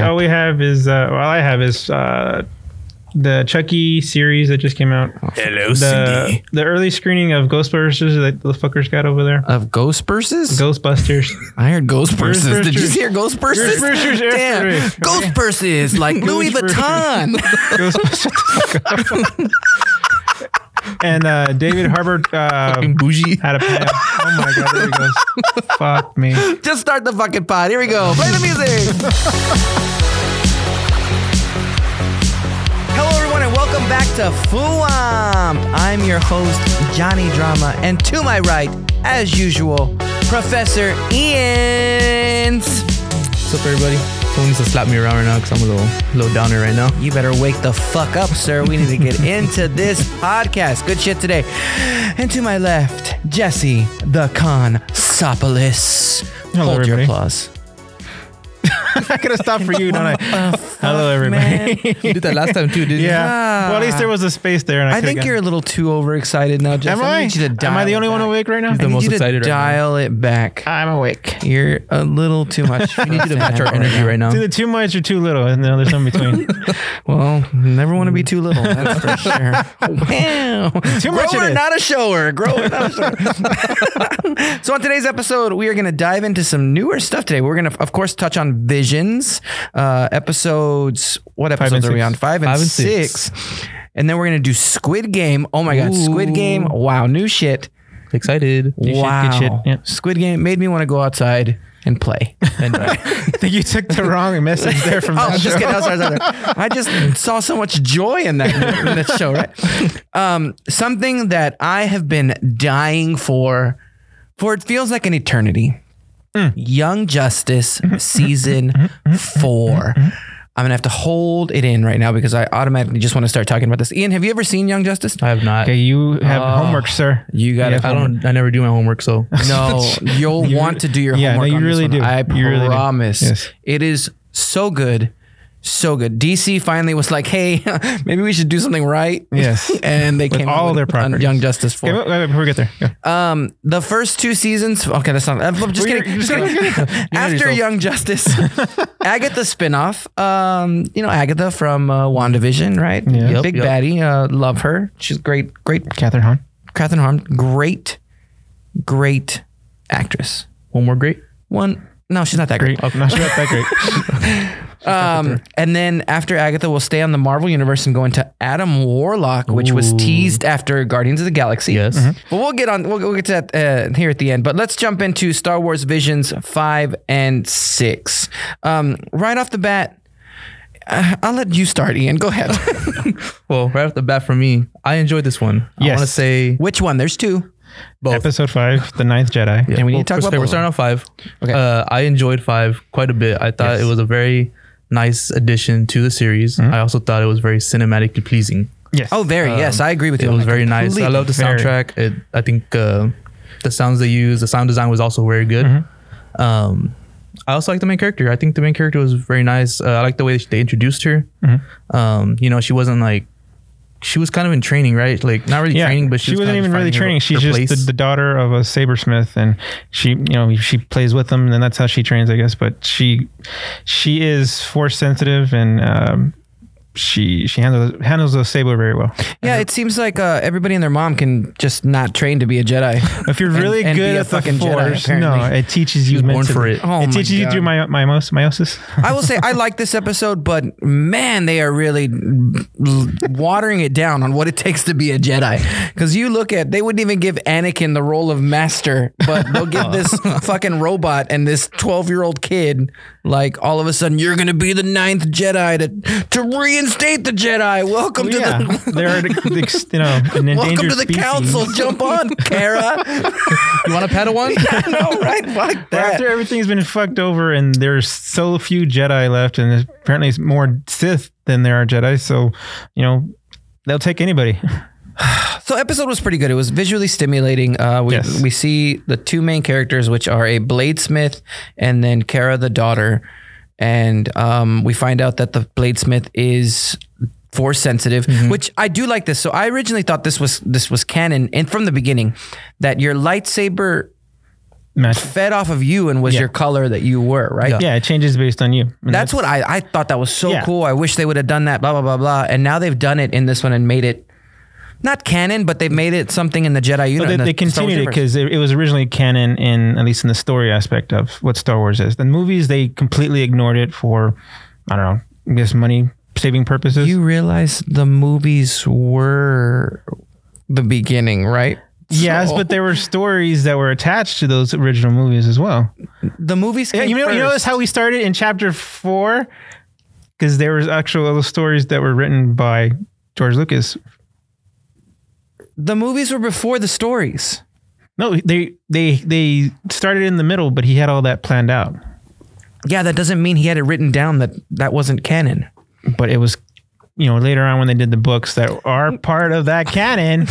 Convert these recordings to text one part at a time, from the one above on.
all we have is uh, all I have is uh, the Chucky series that just came out. Hello, The the early screening of Ghostbusters that the fuckers got over there. Of ghost purses? Ghostbusters. I heard ghost purses. Did you Ghostbusters. hear ghost purses? Ghostbusters, yeah, Damn. sorry. Ghost purses like Louis Ghostbusters. Vuitton. Ghostbusters. and uh, David Harbour uh, bougie. had a pen. Oh my god! There he goes. Fuck me. Just start the fucking pod. Here we go. Play the music. Hello, everyone, and welcome back to FUAMP. I'm your host, Johnny Drama, and to my right, as usual, Professor Ian. What's up, everybody? Someone needs to slap me around right now because I'm a little, little downer right now. You better wake the fuck up, sir. We need to get into this podcast. Good shit today. And to my left, Jesse the Consopolis. Hello, Hold your everybody. applause. I could have stopped for you, don't I? Hello, everybody. You did that last time too, didn't Yeah. Ah. Well, at least there was a space there, and I, I could've think gone- you're a little too overexcited now, Jess. Am I I? need you to dial Am I the it only one back. awake right now? I the need most you to excited right now. dial it back. I'm awake. You're a little too much. we You need to match our energy right now. It's either too much or too little, and then there's some between. Well, never want to be too little. That's for sure. wow. Too Grower, much it is. not a shower. Grower, not a shower. so on today's episode, we are going to dive into some newer stuff today. We're going to, of course, touch on visions, uh, episodes. What episodes and are we six. on? Five and, Five and six. six. And then we're going to do Squid Game. Oh my God, Squid Ooh. Game. Wow, new shit. Excited. shit, wow. good shit, yeah. Squid Game made me want to go outside and play. And, uh, I think you took the wrong message there from Oh, that just show. kidding. I, was- I was out there. I just saw so much joy in that, in that show, right? Um, something that I have been dying for, for it feels like an eternity. Young Justice season four. I'm gonna have to hold it in right now because I automatically just want to start talking about this. Ian, have you ever seen Young Justice? I have not. Okay, you have Oh. homework, sir. You got I don't. I never do my homework, so No, you'll want to do your yeah, no, homework. you on this really one. do. I You really do. promise. Yes. It is so good. So good. DC finally was like, hey, maybe we should do something right. Yes. and they came all up their with on properties. Young Justice Okay, for wait, wait, wait, before we get there, go. um the first two seasons. Okay, that's not. I'm just Well, you're- kidding. you're Just gonna- kidding. After yourself. Young Justice, Agatha spinoff. Um, you know Agatha from uh, Wandavision, right? Yeah. Yep, Big yep. baddie. Uh, love her. She's great. Great. Catherine Hahn. Catherine Harm. Great. Great actress. one more great. One. No, she's not that great. Great. Okay. Not sure about that great. Um, and then after Agatha, we'll stay on the Marvel universe and go into Adam Warlock, which was teased after Guardians of the Galaxy. Yes. But we'll get on. We'll, we'll get to that uh, here at the end. But let's jump into Star Wars Visions five and six. Um, right off the bat, uh, I'll let you start, Ian. Go ahead. Well, right off the bat for me, I enjoyed this one. I Yes. want to say Which one? There's two. both. Episode five, the Ninth Jedi. And we need to talk we're- about we're both. starting off five. Okay. Uh, I enjoyed five quite a bit. I thought it was a very nice addition to the series. I also thought it was very cinematically pleasing. Yes. Oh, very. yes, I agree with you. Uh, It on was that very nice. I completely. love the Very. soundtrack. It, I think uh, the sounds they use, the sound design was also very good. Mm-hmm. Um, I also like the main character. I think the main character was very nice. Uh, I like the way they introduced her. Mm-hmm. Um, you know, she wasn't like she was kind of in training, right? Like not really yeah. training, but she, she, was wasn't kind of even really finding her- training. She's her just place. the, the daughter of a sabersmith, and she, you know, she plays with them, and that's how she trains, I guess. But she, she is force sensitive, and um, she she handles handles the saber very well. Yeah, it seems like uh, everybody and their mom can just not train to be a Jedi. If you're And- really and be good a at the fucking Jedi, force, no, apparently. it teaches you was born mentally. for it. Oh my it teaches you God. through my, myos, meiosis. I will say I like this episode, but man, they are really l- watering it down on what it takes to be a Jedi. Because you look at, they wouldn't even give Anakin the role of master, but they'll give this fucking robot and this 12 year old kid, like, all of a sudden, you're going to be the ninth Jedi to, to reinstate the Jedi. Welcome to yeah, the. they're the- you know an Welcome endangered to the species. council. Jump on, Kara. you want a Padawan? I know, right? Fuck But that. after everything's been fucked over and there's so few Jedi left, and there's apparently it's more Sith than there are Jedi, so you know they'll take anybody. So episode was pretty good. It was visually stimulating. Uh, we Yes. we see the two main characters, which are a bladesmith and then Kara, the daughter, and um, we find out that the bladesmith is force sensitive, Mm-hmm. which I do like this. So I originally thought this was this was canon, and from the beginning, that your lightsaber match. fed off of you and was Yeah. your color that you were, right? Yeah. Yeah, it changes based on you. And That's what I, I thought that was so Yeah. cool. I wish they would have done that, blah, blah, blah, blah. And now they've done it in this one and made it not canon, but they've made it something in the Jedi universe. They, in they the Star Wars continued it universe. because it, it was originally canon in at least in the story aspect of what Star Wars is. The movies they completely ignored it for, I don't know, I guess money saving purposes. You realize the movies were the beginning, right? yes, So- but there were stories that were attached to those original movies as well. the movies. Yeah, came you know, you first. notice how we started in chapter four because there was actual little stories that were written by George Lucas. the movies were before the stories. No, they they they started in the middle, but he had all that planned out. Yeah, that doesn't mean he had it written down that that wasn't canon. But it was, you know, later on when they did the books that are part of that canon.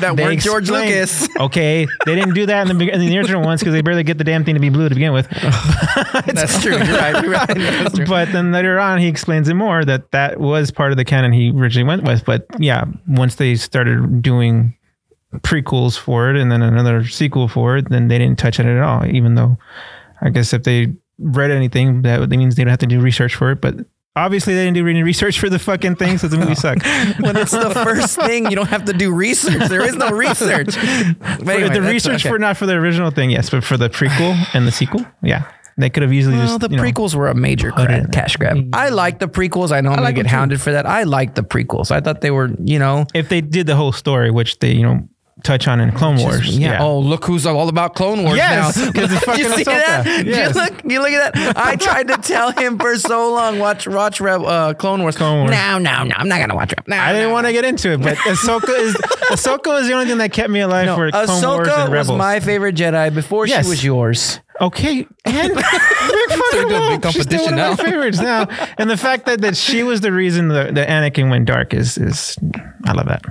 That they explained- Okay, they didn't do that in the, be- in the original ones because they barely get the damn thing to be blue to begin with. That's true. You're right. You're right. That's true. But then later on, he explains it more that that was part of the canon he originally went with. But yeah, once they started doing prequels for it and then another sequel for it, then they didn't touch it at all. Even though, I guess if they read anything, that means they don't have to do research for it. But obviously, they didn't do any research for the fucking thing, so the Oh. movie sucked. when it's the first thing, you don't have to do research. There is no research. But anyway, the that's- research okay. for not for the original thing, yes, but for the prequel and the sequel, yeah, they could have easily Well, just the you know, prequels were a major it in cra- there. cash grab. Mm-hmm. I like the prequels. I know I'm like gonna them get too. hounded for that. I like the prequels. I thought they were, you know, if they did the whole story, which they you know touch on in Clone Wars, Yeah. Oh, look who's all about Clone Wars Yes, now. 'cause it's fucking you Ahsoka. see that? Yes. You look, you look at that. I tried to tell him for so long. Watch, watch Rev, uh, Clone Wars. Clone Wars. No, no, no. I'm not gonna watch Rev. No, I didn't no, want to get into it, but Ahsoka is Ahsoka is the only thing that kept me alive no. for Clone Wars Ahsoka and was Rebels. my favorite Jedi before Yes. she was yours. okay, and big fucking doing big whoop. She's still competition one of now. my favorites now. And the fact that, that she was the reason that, that Anakin went dark is is I love that.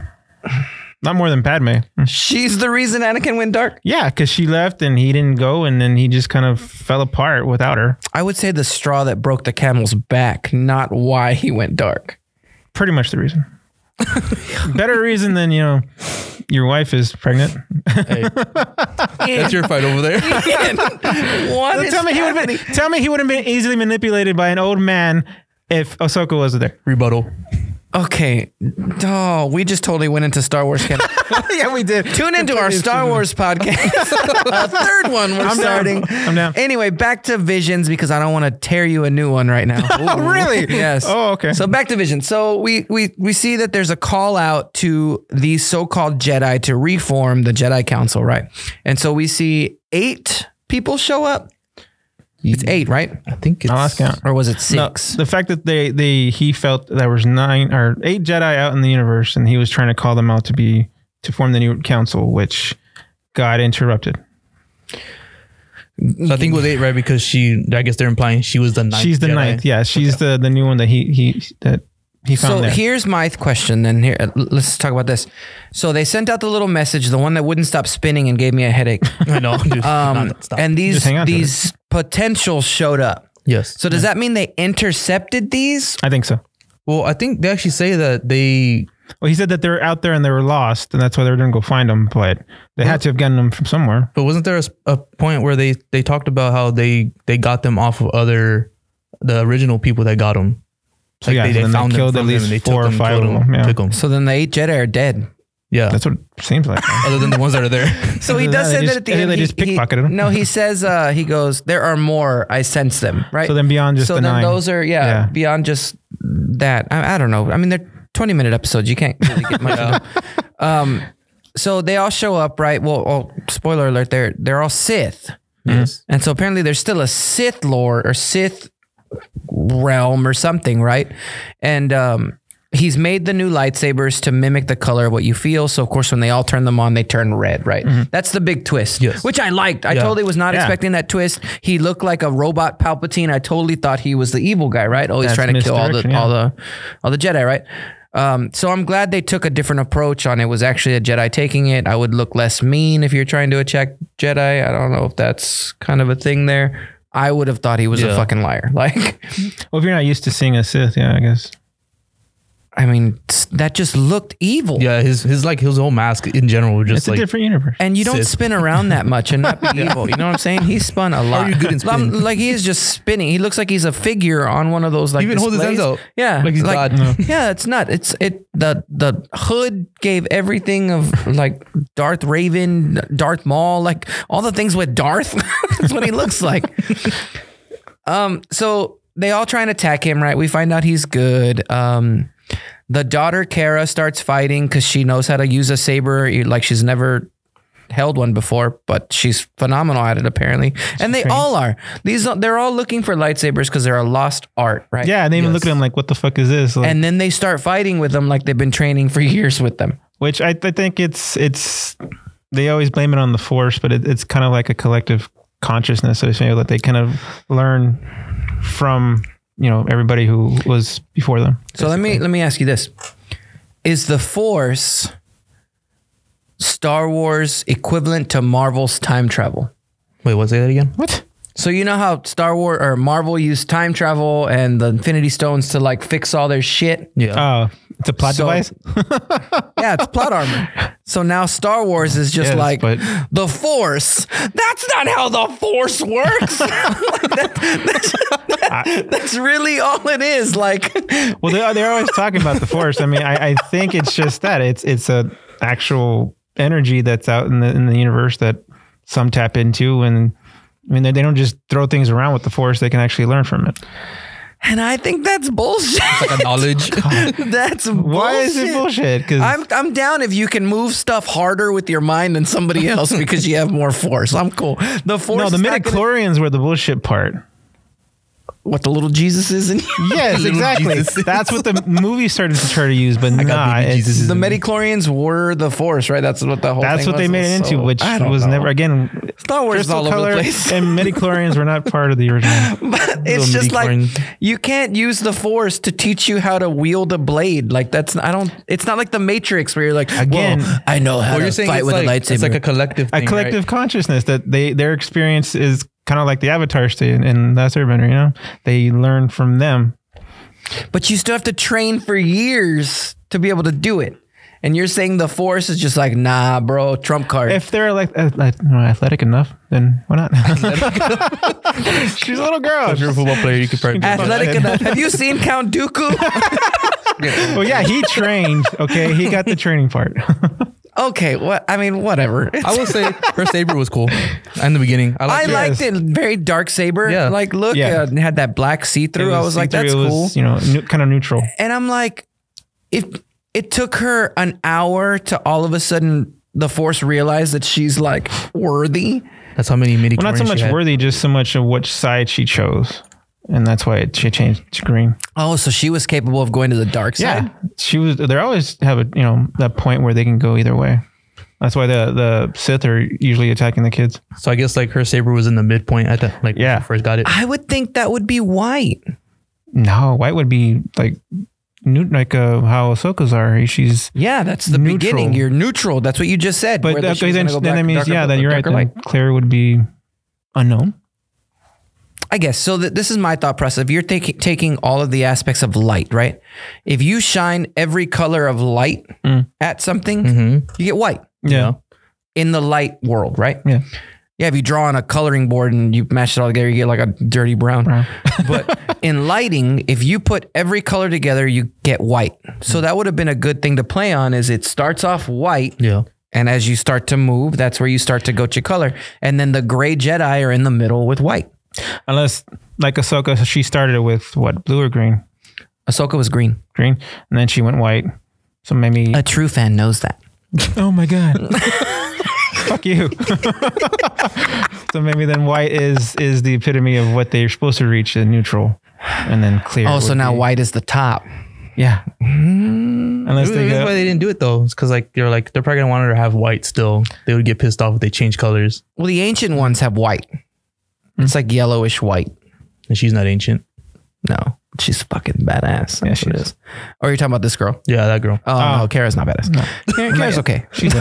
Not more than Padme. She's the reason Anakin went dark. Yeah, because she left and he didn't go, and then he just kind of fell apart without her. I would say the straw that broke the camel's back, not why he went dark. Pretty much the reason. Better reason than you know, your wife is pregnant. Hey, that's your fight over there. what is tell me he would have been. Tell me he would have been easily manipulated by an old man if Ahsoka wasn't there. Rebuttal. Okay. Oh, we just totally went into Star Wars canon. yeah, we did. Tune into our Star Wars podcast. a third one we're I'm down. starting. I'm down. Anyway, back to visions because I don't want to tear you a new one right now. Ooh. Really? Yes. Oh, okay. So back to visions. So we we we see that there's a call out to the so-called Jedi to reform the Jedi Council, right? And so we see eight people show up. It's eight, right? I think it's. I lost count. Or was it No, six? the fact that they they he felt there was nine or eight Jedi out in the universe, and he was trying to call them out to be to form the new council, which got interrupted. So I think it was eight, right? Because she, I guess they're implying she was the ninth. she's the Jedi. ninth. Yeah, she's the the new one that he he that he found So there. here's my th- question. Then here, uh, l- let's talk about this. So they sent out the little message, the one that wouldn't stop spinning and gave me a headache. I know. Dude, Um, Not- stop. and these Just hang on to it. these potentials showed up. yes. So does that mean they intercepted these? I think so. well, I think they actually say that they. Well, he said that they're out there and they were lost, and that's why they were going to go find them. But they had to have gotten them from somewhere. But wasn't there a, s- a point where they they talked about how they they got them off of other the original people that got them? So yeah, so then they killed at least four or five of them, yeah. took them. So then the eight Jedi are dead. Yeah. That's what it seems like. other than the ones that are there. So he Either does that or they say that just- at the either end. they he- just he- pickpocketed 'em. No, he says uh, he goes. There are more. I sense them. Right. so then beyond just So the then nine, those are yeah, Yeah. beyond just that. I, I don't know. I mean, they're twenty minute episodes. You can't really get much. of them. Um, so they all show up, right? Well, oh, spoiler alert. They're they're all Sith, yes. and so apparently there's still a Sith lord or Sith realm or something, right? And um, he's made the new lightsabers to mimic the color of what you feel. So of course, when they all turn them on, they turn red, right? That's the big twist, Mm-hmm. Yes. which I liked. I Yeah. totally was not Yeah. expecting that twist. He looked like a robot Palpatine. I totally thought he was the evil guy, right? Always That's trying to kill all the misdirection, yeah. all the all the Jedi, right? Um, so I'm glad they took a different approach on it. it. Was actually a Jedi taking it. I would look less mean if you're trying to attack Jedi. I don't know if that's kind of a thing there. I would have thought he was a Yeah. fucking liar. Like Well, if you're not used to seeing a Sith, yeah, I guess. I mean, s- that just looked evil. Yeah, his his like his whole mask in general was just It's like a different universe. And you don't Sis. spin around that much and not be evil. You know what I'm saying? He spun a lot. you good in Um, spin? Like he is just spinning. He looks like he's a figure on one of those like. He even holds his displays. hands out. Yeah, Like he's God. No. Yeah, it's not. It's it. The the hood gave everything of like Darth Raven, Darth Maul, like all the things with Darth. That's what he looks like. Um. So they all try and attack him. Right. We find out he's good. Um. The daughter Kara starts fighting because she knows how to use a saber e, like she's never held one before, but she's phenomenal at it apparently. and they all are. These are- they're all looking for lightsabers because they're a lost art, right? yeah, and they even look at him like, "What the fuck is this?" Like, And then they start fighting with them like they've been training for years with them. which I, I think it's it's they always blame it on the force, but it, it's kind of like a collective consciousness. So it's, you know, that they kind of learn from you know everybody who was before them. So let me let me ask you this: Is the Force Star Wars equivalent to Marvel's time travel? wait, what say that again? What? So you know how Star Wars or Marvel used time travel and the Infinity Stones to like fix all their shit. Yeah, Oh, it's a plot So- device. Yeah, it's plot armor. So now Star Wars is just Yes, like but- the Force. That's not how the Force works. Like, that- that's, that's really all it is. Like, Well, they, they're always talking about the force. I mean, I, I think it's just that it's it's a actual energy that's out in the in the universe that some tap into, and I mean they, they don't just throw things around with the force; they can actually learn from it. and I think that's bullshit. Uh, like a knowledge. that's bullshit. Why is it bullshit? Because I'm I'm down if you can move stuff harder with your mind than somebody else because you have more force. I'm cool. The force. no, the is not midi gonna- chlorians were the bullshit part. what the little Jesus is in you. Yes, Little exactly. Jesus. That's what the movie started to try to use, but nah, baby it's- Jesus. The Medichlorians were the force, right? That's what the whole. that's thing what they was. made it into, So, which I don't was know. never again. Star Wars is Crystal all over color the place. and midi chlorians were not part of the original. But it's Little just like midi-chlorian. you can't use the force to teach you how to wield a blade. Like that's I don't. It's not like the Matrix where you're like Again, "Whoa, I know how Well, to you're saying fight it's with like, a lightsaber. it's like a collective, a thing, collective Right? consciousness that they their experience is kind of like the Avatar state in, in Last Airbender. You know, they learn from them. but you still have to train for years to be able to do it. And you're saying the force is just like nah, bro, trump card. If they're uh, like athletic enough, then why not? She's a little girl. If you're a football player, you could probably. do that. Athletic enough. Have you seen Count Dooku? Well, yeah, he trained. Okay, he got the training part. okay, what I mean, whatever. I will say her saber was cool in the beginning. I, I liked it. Yes. liked it. Very dark saber. Yeah. Like, look, Yeah. uh, it had that black see through. I was like, see-through, that's it was, cool. You know, new, kind of neutral. And I'm like, if it took her an hour to all of a sudden the force realize that she's like worthy. That's how many mini. Well, not so much worthy, just so much of which side she chose, and that's why it, she changed to green. Oh, so she was capable of going to the dark side. she was. They always have a you know that point where they can go either way. That's why the the Sith are usually attacking the kids. So I guess like her saber was in the midpoint at the like when Yeah. she first got it. I would think that would be white. No, white would be like new, like uh, how Ahsoka's are. She's Yeah, that's the Neutral. beginning. You're neutral. That's what you just said. but whether that- she was then, gonna go then black that or means darker- yeah, then you're right. darker Then light. Claire would be unknown. I guess so. Th- this is my thought process. If you're taking taking all of the aspects of light, right? If you shine every color of light Mm. at something, Mm-hmm. you get white Yeah, in the light world, right? yeah. Yeah, if you draw on a coloring board and you mash it all together, you get like a dirty brown. but in lighting, if you put every color together, you get white. So that would have been a good thing to play on. Is it starts off white, Yeah. and as you start to move, that's where you start to go to color, and then the gray Jedi are in the middle with white. Unless like Ahsoka, she started with what blue or green, Ahsoka was green. green, and then she went white. So maybe A true fan knows that. Oh my god. Fuck you. so maybe then white is is the epitome of what they're supposed to reach in neutral, and then clear. Oh, so would now be- white is the top. yeah. Unless The they reason why go, they didn't do it though is because like they're like they're probably gonna want her to have white still. They would get pissed off if they change colors, Well, the ancient ones have white. It's like yellowish white. and she's not ancient. No, she's fucking badass. Yeah, she is. Or Oh, you're talking about this girl? Yeah, that girl. Oh, no, Kara's not badass. Kara's okay. she's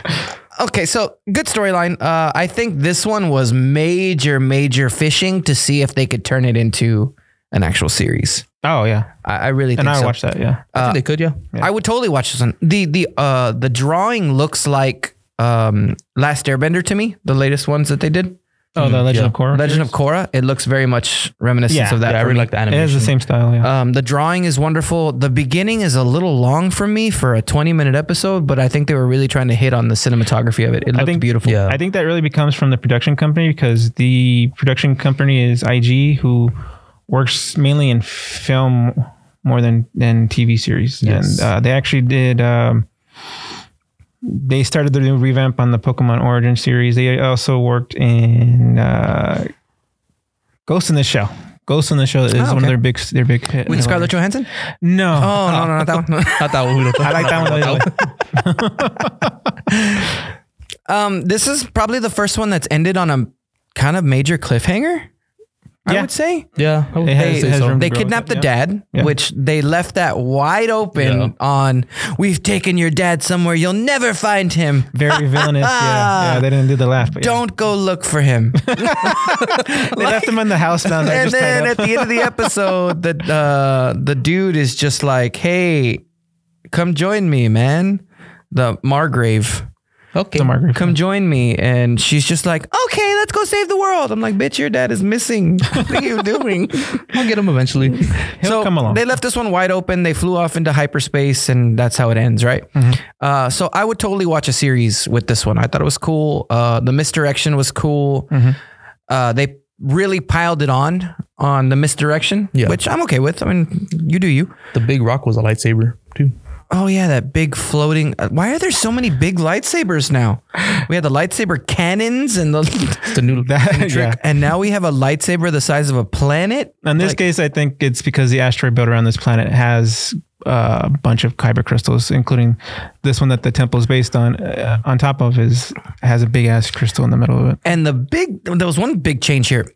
like, Okay, so good storyline. Uh, I think this one was major, major fishing to see if they could turn it into an actual series. Oh yeah, I, I really think and I so. watched that. Yeah, I think they could, yeah. I would totally watch this one. The the uh the drawing looks like um Last Airbender to me, the latest ones that they did. oh the Legend of Korra. Legend of Korra, it looks very much reminiscent Yeah, of that. Yeah, I for really me. like the It animation. is the same style. Yeah, Um, the drawing is wonderful. The beginning is a little long for me for a 20 minute episode, but I think they were really trying to hit on the cinematography of it. It looked think- beautiful. Yeah. I think that really becomes from the production company because the production company is IG, who works mainly in film more than than TV series, and Yes. uh, they actually did. Um, they started their new revamp on the Pokemon Origin series. They also worked in uh, Ghost in the Shell. Ghost in the Shell is one Ah, okay. of their big their big hit. With Scarlett Johansson? No, Oh, no, no, not that one. Not that one. I like that one. Um, this is probably the first one that's ended on a kind of major cliffhanger. I Yeah. would say Yeah. I would It has- say it has so. room to they grow with kidnapped it, the yeah. dad, Yeah. which they left that wide open Yeah. on. We've taken your dad somewhere you'll never find him. Very villainous. Yeah, yeah. They didn't do the laugh. But yeah. Don't go look for him. They left him in the house down there. and just tied then up. at the end of the episode, the uh, the dude is just like, "Hey, come join me, man." The Margrave, Okay. The Margaret. come join me, and she's just like, "Okay, let's go save the world." I'm like, "Bitch, your dad is missing. What are you doing?" I'll get him eventually. so come along. they left this one wide open. They flew off into hyperspace, and that's how it ends, right? Mm-hmm. Uh, so I would totally watch a series with this one. I thought it was cool. Uh, the misdirection was cool. Mm-hmm. Uh, they really piled it on on the misdirection, Yeah. which I'm okay with. I mean, you do you. the big rock was a lightsaber too. Oh yeah, that big floating. uh, Why are there so many big lightsabers now? We had the lightsaber cannons and the. It's the new That- new yeah. trick. And now we have a lightsaber the size of a planet. In this Like- case, I think it's because the asteroid belt around this planet has uh, a bunch of kyber crystals, including this one that the temple is based on. Uh, on top of is has a big ass crystal in the middle of it. And the big, there was one big change here.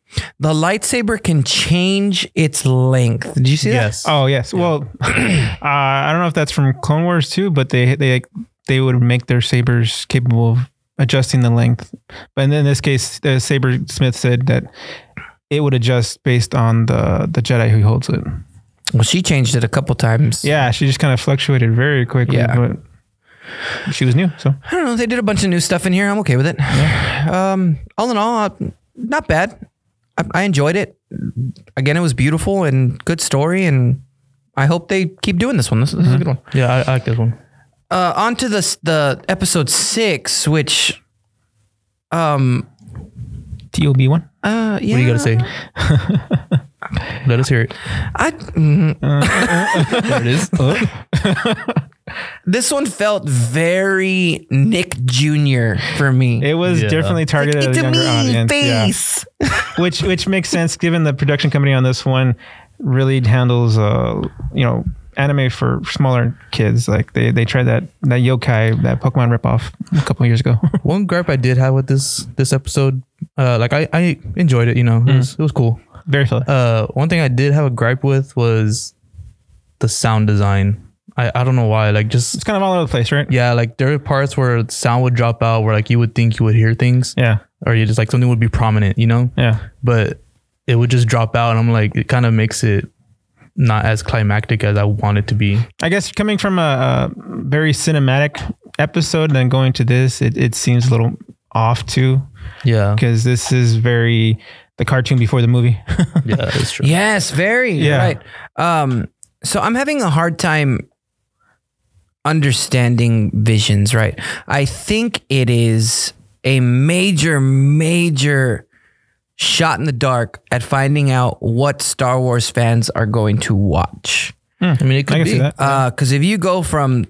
The lightsaber can change its length. Did you see that? Yes. Oh yes. Well, uh, I don't know if that's from Clone Wars too, but they they they would make their sabers capable of adjusting the length. But in this case, the saber smith said that it would adjust based on the the Jedi who holds it. Well, she changed it a couple times. Yeah, she just kind of fluctuated very quickly. Yeah. But she was new, so I don't know. They did a bunch of new stuff in here. I'm okay with it. Um, all in all, uh, not bad. I, I enjoyed it. Again, it was beautiful and good story. And I hope they keep doing this one. This, this is a good one. Yeah, I, I like this one. Uh, on to the, s- the episode six, which, um, TOB one. uh, yeah. What do you gotta say? Let us hear it. I, mm, There it is. this one felt very Nick Jr. for me. It was Yeah. definitely targeted at a younger audience, yeah. which which makes sense given the production company on this one really handles uh you know anime for smaller kids. Like they they tried that that yokai that Pokemon ripoff a couple years ago. One gripe I did have with this this episode, uh, like I, I enjoyed it. You know, Mm. it, was, it was cool. very fun. Uh, one thing I did have a gripe with was the sound design. I, I don't know why. Like just it's kind of all over the place, right? yeah, like there were parts where the sound would drop out, where like you would think you would hear things, Yeah. or you just like something would be prominent. You know, Yeah. but it would just drop out, and I'm like, it kind of makes it not as climactic as I want it to be. I guess coming from a, a very cinematic episode, then going to this, it, it seems a little off too, Yeah, because this is very the cartoon before the movie. yeah, that's true. Yes, very. Yeah. Right. Um, so I'm having a hard time understanding visions, right? I think it is a major, major shot in the dark at finding out what Star Wars fans are going to watch. I mean, it could Hmm. I can be. see that. Because Uh, if you go from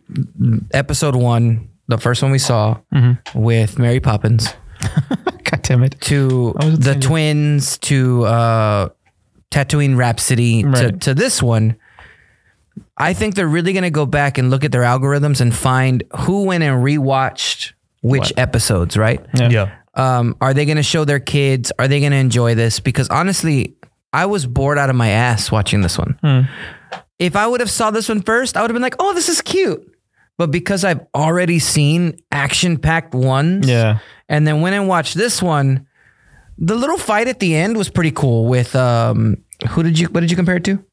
episode one, the first one we saw Mm-hmm. with Mary Poppins, God damn it. to was the thinking- twins to uh Tatooine Rhapsody to, Right. to this one. I think they're really going to go back and look at their algorithms and find who went and rewatched which episodes, right? Yeah. Um, are they going to show their kids? Are they going to enjoy this? Because honestly, I was bored out of my ass watching this one. If I would have saw this one first, I would have been like, "Oh, this is cute." But because I've already seen action-packed ones, Yeah. and then went and watched this one. The little fight at the end was pretty cool with um who did you what did you compare it to?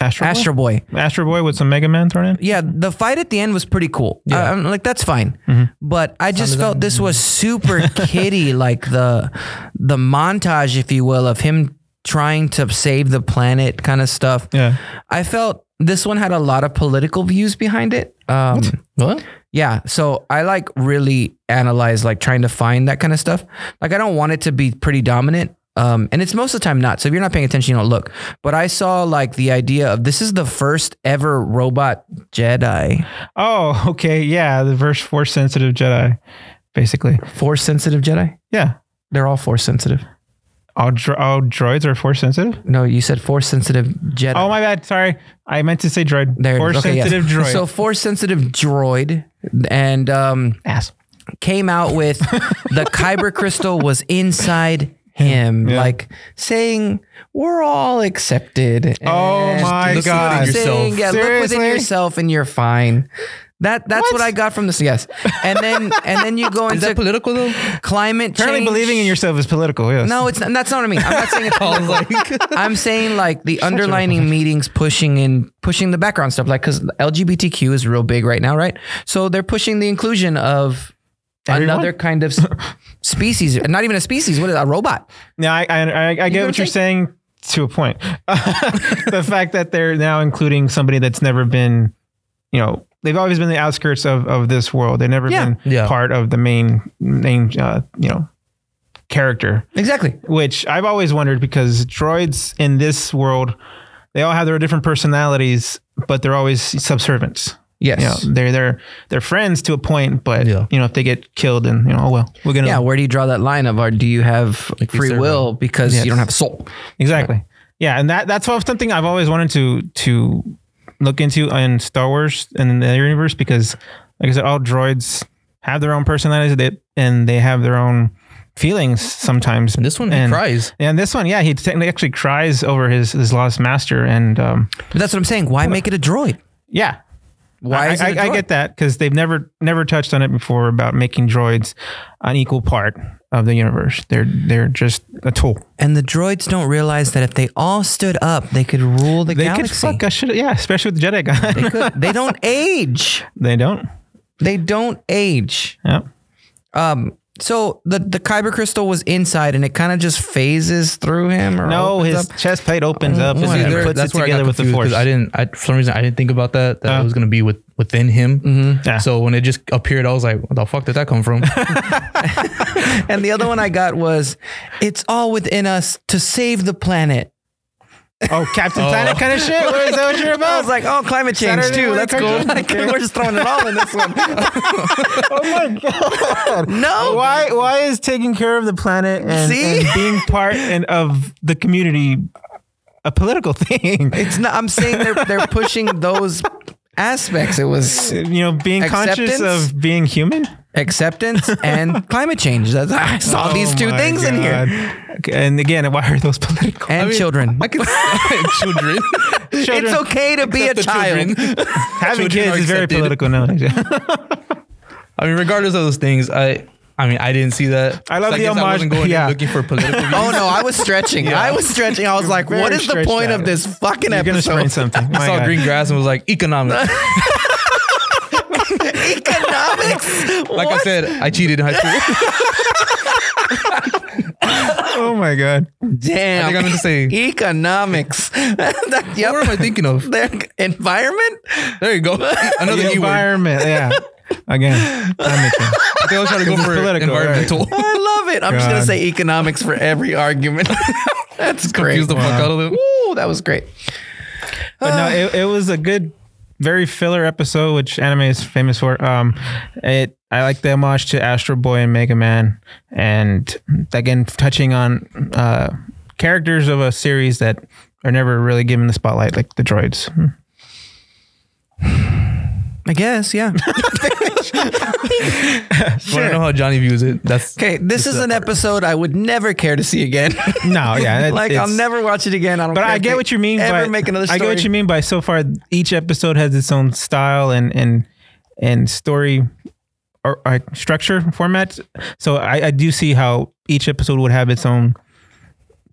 Astro Boy? Astro Boy. Astro Boy with some Mega Man thrown in. Yeah, the fight at the end was pretty cool. I- I'm like that's fine, but I just design, felt this was super kiddie, like the the montage, if you will, of him trying to save the planet, kind of stuff. Yeah. I felt this one had a lot of political views behind it. Um, What? yeah, so I like really analyze, like trying to find that kind of stuff. Like I don't want it to be pretty dominant. Um, and it's most of the time not. So if you're not paying attention, you don't look. But I saw like the idea of this is the first ever robot Jedi, Oh, okay. Yeah, the verse force sensitive Jedi, basically. force sensitive Jedi. Yeah. They're all force sensitive. All, dro- all droids are force sensitive. No, you said force sensitive Jedi. Oh my bad. Sorry, I meant to say droid. There it is. force Okay, yes. sensitive droid. So force sensitive droid, and um, ass. came out with the kyber crystal was inside him, Yeah. like saying we're all accepted. Oh and my Look god. within yourself. saying, yeah, look within Seriously? yourself and you're fine. That that's what? What? I got from this. Yes, and then and then you go Is that into political though? climate Apparently, change. believing in yourself is political. Yes. No, it's not, that's not what I mean. I'm not saying it's I was like, I'm saying like the underlining meetings pushing in pushing the background stuff, like because LGBTQ is real big right now, right? So they're pushing the inclusion of Everyone? another kind of s- species, not even a species. What is it, a robot? No, I I, I, I get what what you're I'm saying to a point. the fact that they're now including somebody that's never been, you know, they've always been the outskirts of of this world. They've never Yeah. been Yeah. part of the main main uh, you know character. Exactly. which I've always wondered because droids in this world, they all have their different personalities, but they're always subservients. Yes. You know, they're they're they're friends to a point, but Yeah. you know if they get killed and you know oh well we're gonna Yeah. Where do you draw that line of, or do you have Like you free said, will because Yes. you don't have a soul? exactly yeah and that that's what- something I've always wanted to to look into in Star Wars and in the universe because like I said all droids have their own personalities they, and they have their own feelings sometimes and this one he and, cries. and this one yeah he technically actually cries over his his lost master and um But that's what I'm saying. Why make it a droid? yeah Why I, is it a I, I droid? get that because they've never never touched on it before about making droids an equal part of the universe. They're they're just a tool. and the droids don't realize that if they all stood up, they could rule the They could galaxy. fuck us shit. Yeah, especially with the Jedi guy. They could. They don't age. they don't. They don't age. Yeah. Um. So the the kyber crystal was inside, and it kind of just phases through him. Or No, opens his up. chest plate opens up See, and there- puts it where I got together with the confused, force. 'cause I didn't. I, for some reason, I didn't think about that. That Uh. Mm-hmm. it was gonna be with within him. Yeah. So when it just appeared, I was like, "What the fuck did that come from?" And the other one I got was, "It's all within us to save the planet." oh, Captain Planet kind of shit. What is that what you're I about? was like, "Oh, climate change Saturday too. morning That's cool. cartoon? Like, We're just throwing it all in this one." oh my god. No. Why why is taking care of the planet and, See? and being part and of the community a political thing? It's not. I'm saying they're they're pushing those aspects. It was you know, being conscious Acceptance? of being human. acceptance and climate change. That's, I Oh saw these two things in here. And again, why are those political? And children. I could children. Children, it's okay to be a The child. children. having children kids are is very accepted. political nowadays. I mean, regardless of those things, I. I mean, I didn't see that. I love So the guess I homage- wasn't going yeah. in looking for political. views. Oh no, I was stretching. I was stretching. I was like, very what is the stretched point out. of this fucking You're gonna episode? sprain something. My I saw God. green grass and was like economics. Economics. Like I said, I cheated in high school. Oh my god! Damn. I think I meant to say- economics. That- yep. what am I thinking of? Their environment. There you go. Another The E word. environment, yeah. Again, that makes sense. I think I was trying to go It's for political, right. environmental. I love it. I'm just gonna God. say economics for every argument. That's great. Confuse the fuck out of them. Ooh, that was great. but no, it, it was a good, very filler episode, which anime is famous for. Um, it I like the homage to Astro Boy and Mega Man, and again touching on uh, characters of a series that are never really given the spotlight, like the droids. I guess, yeah. Want to know how Johnny views it? That's Okay, this is an episode I would never care to see again. No, yeah, it- like I'll it's- never watch it again. I don't. But care I if get they what you mean. Ever by, make another story? I get what you mean by so far each episode has its own style and and and story or, or structure format. So I, I do see how each episode would have its own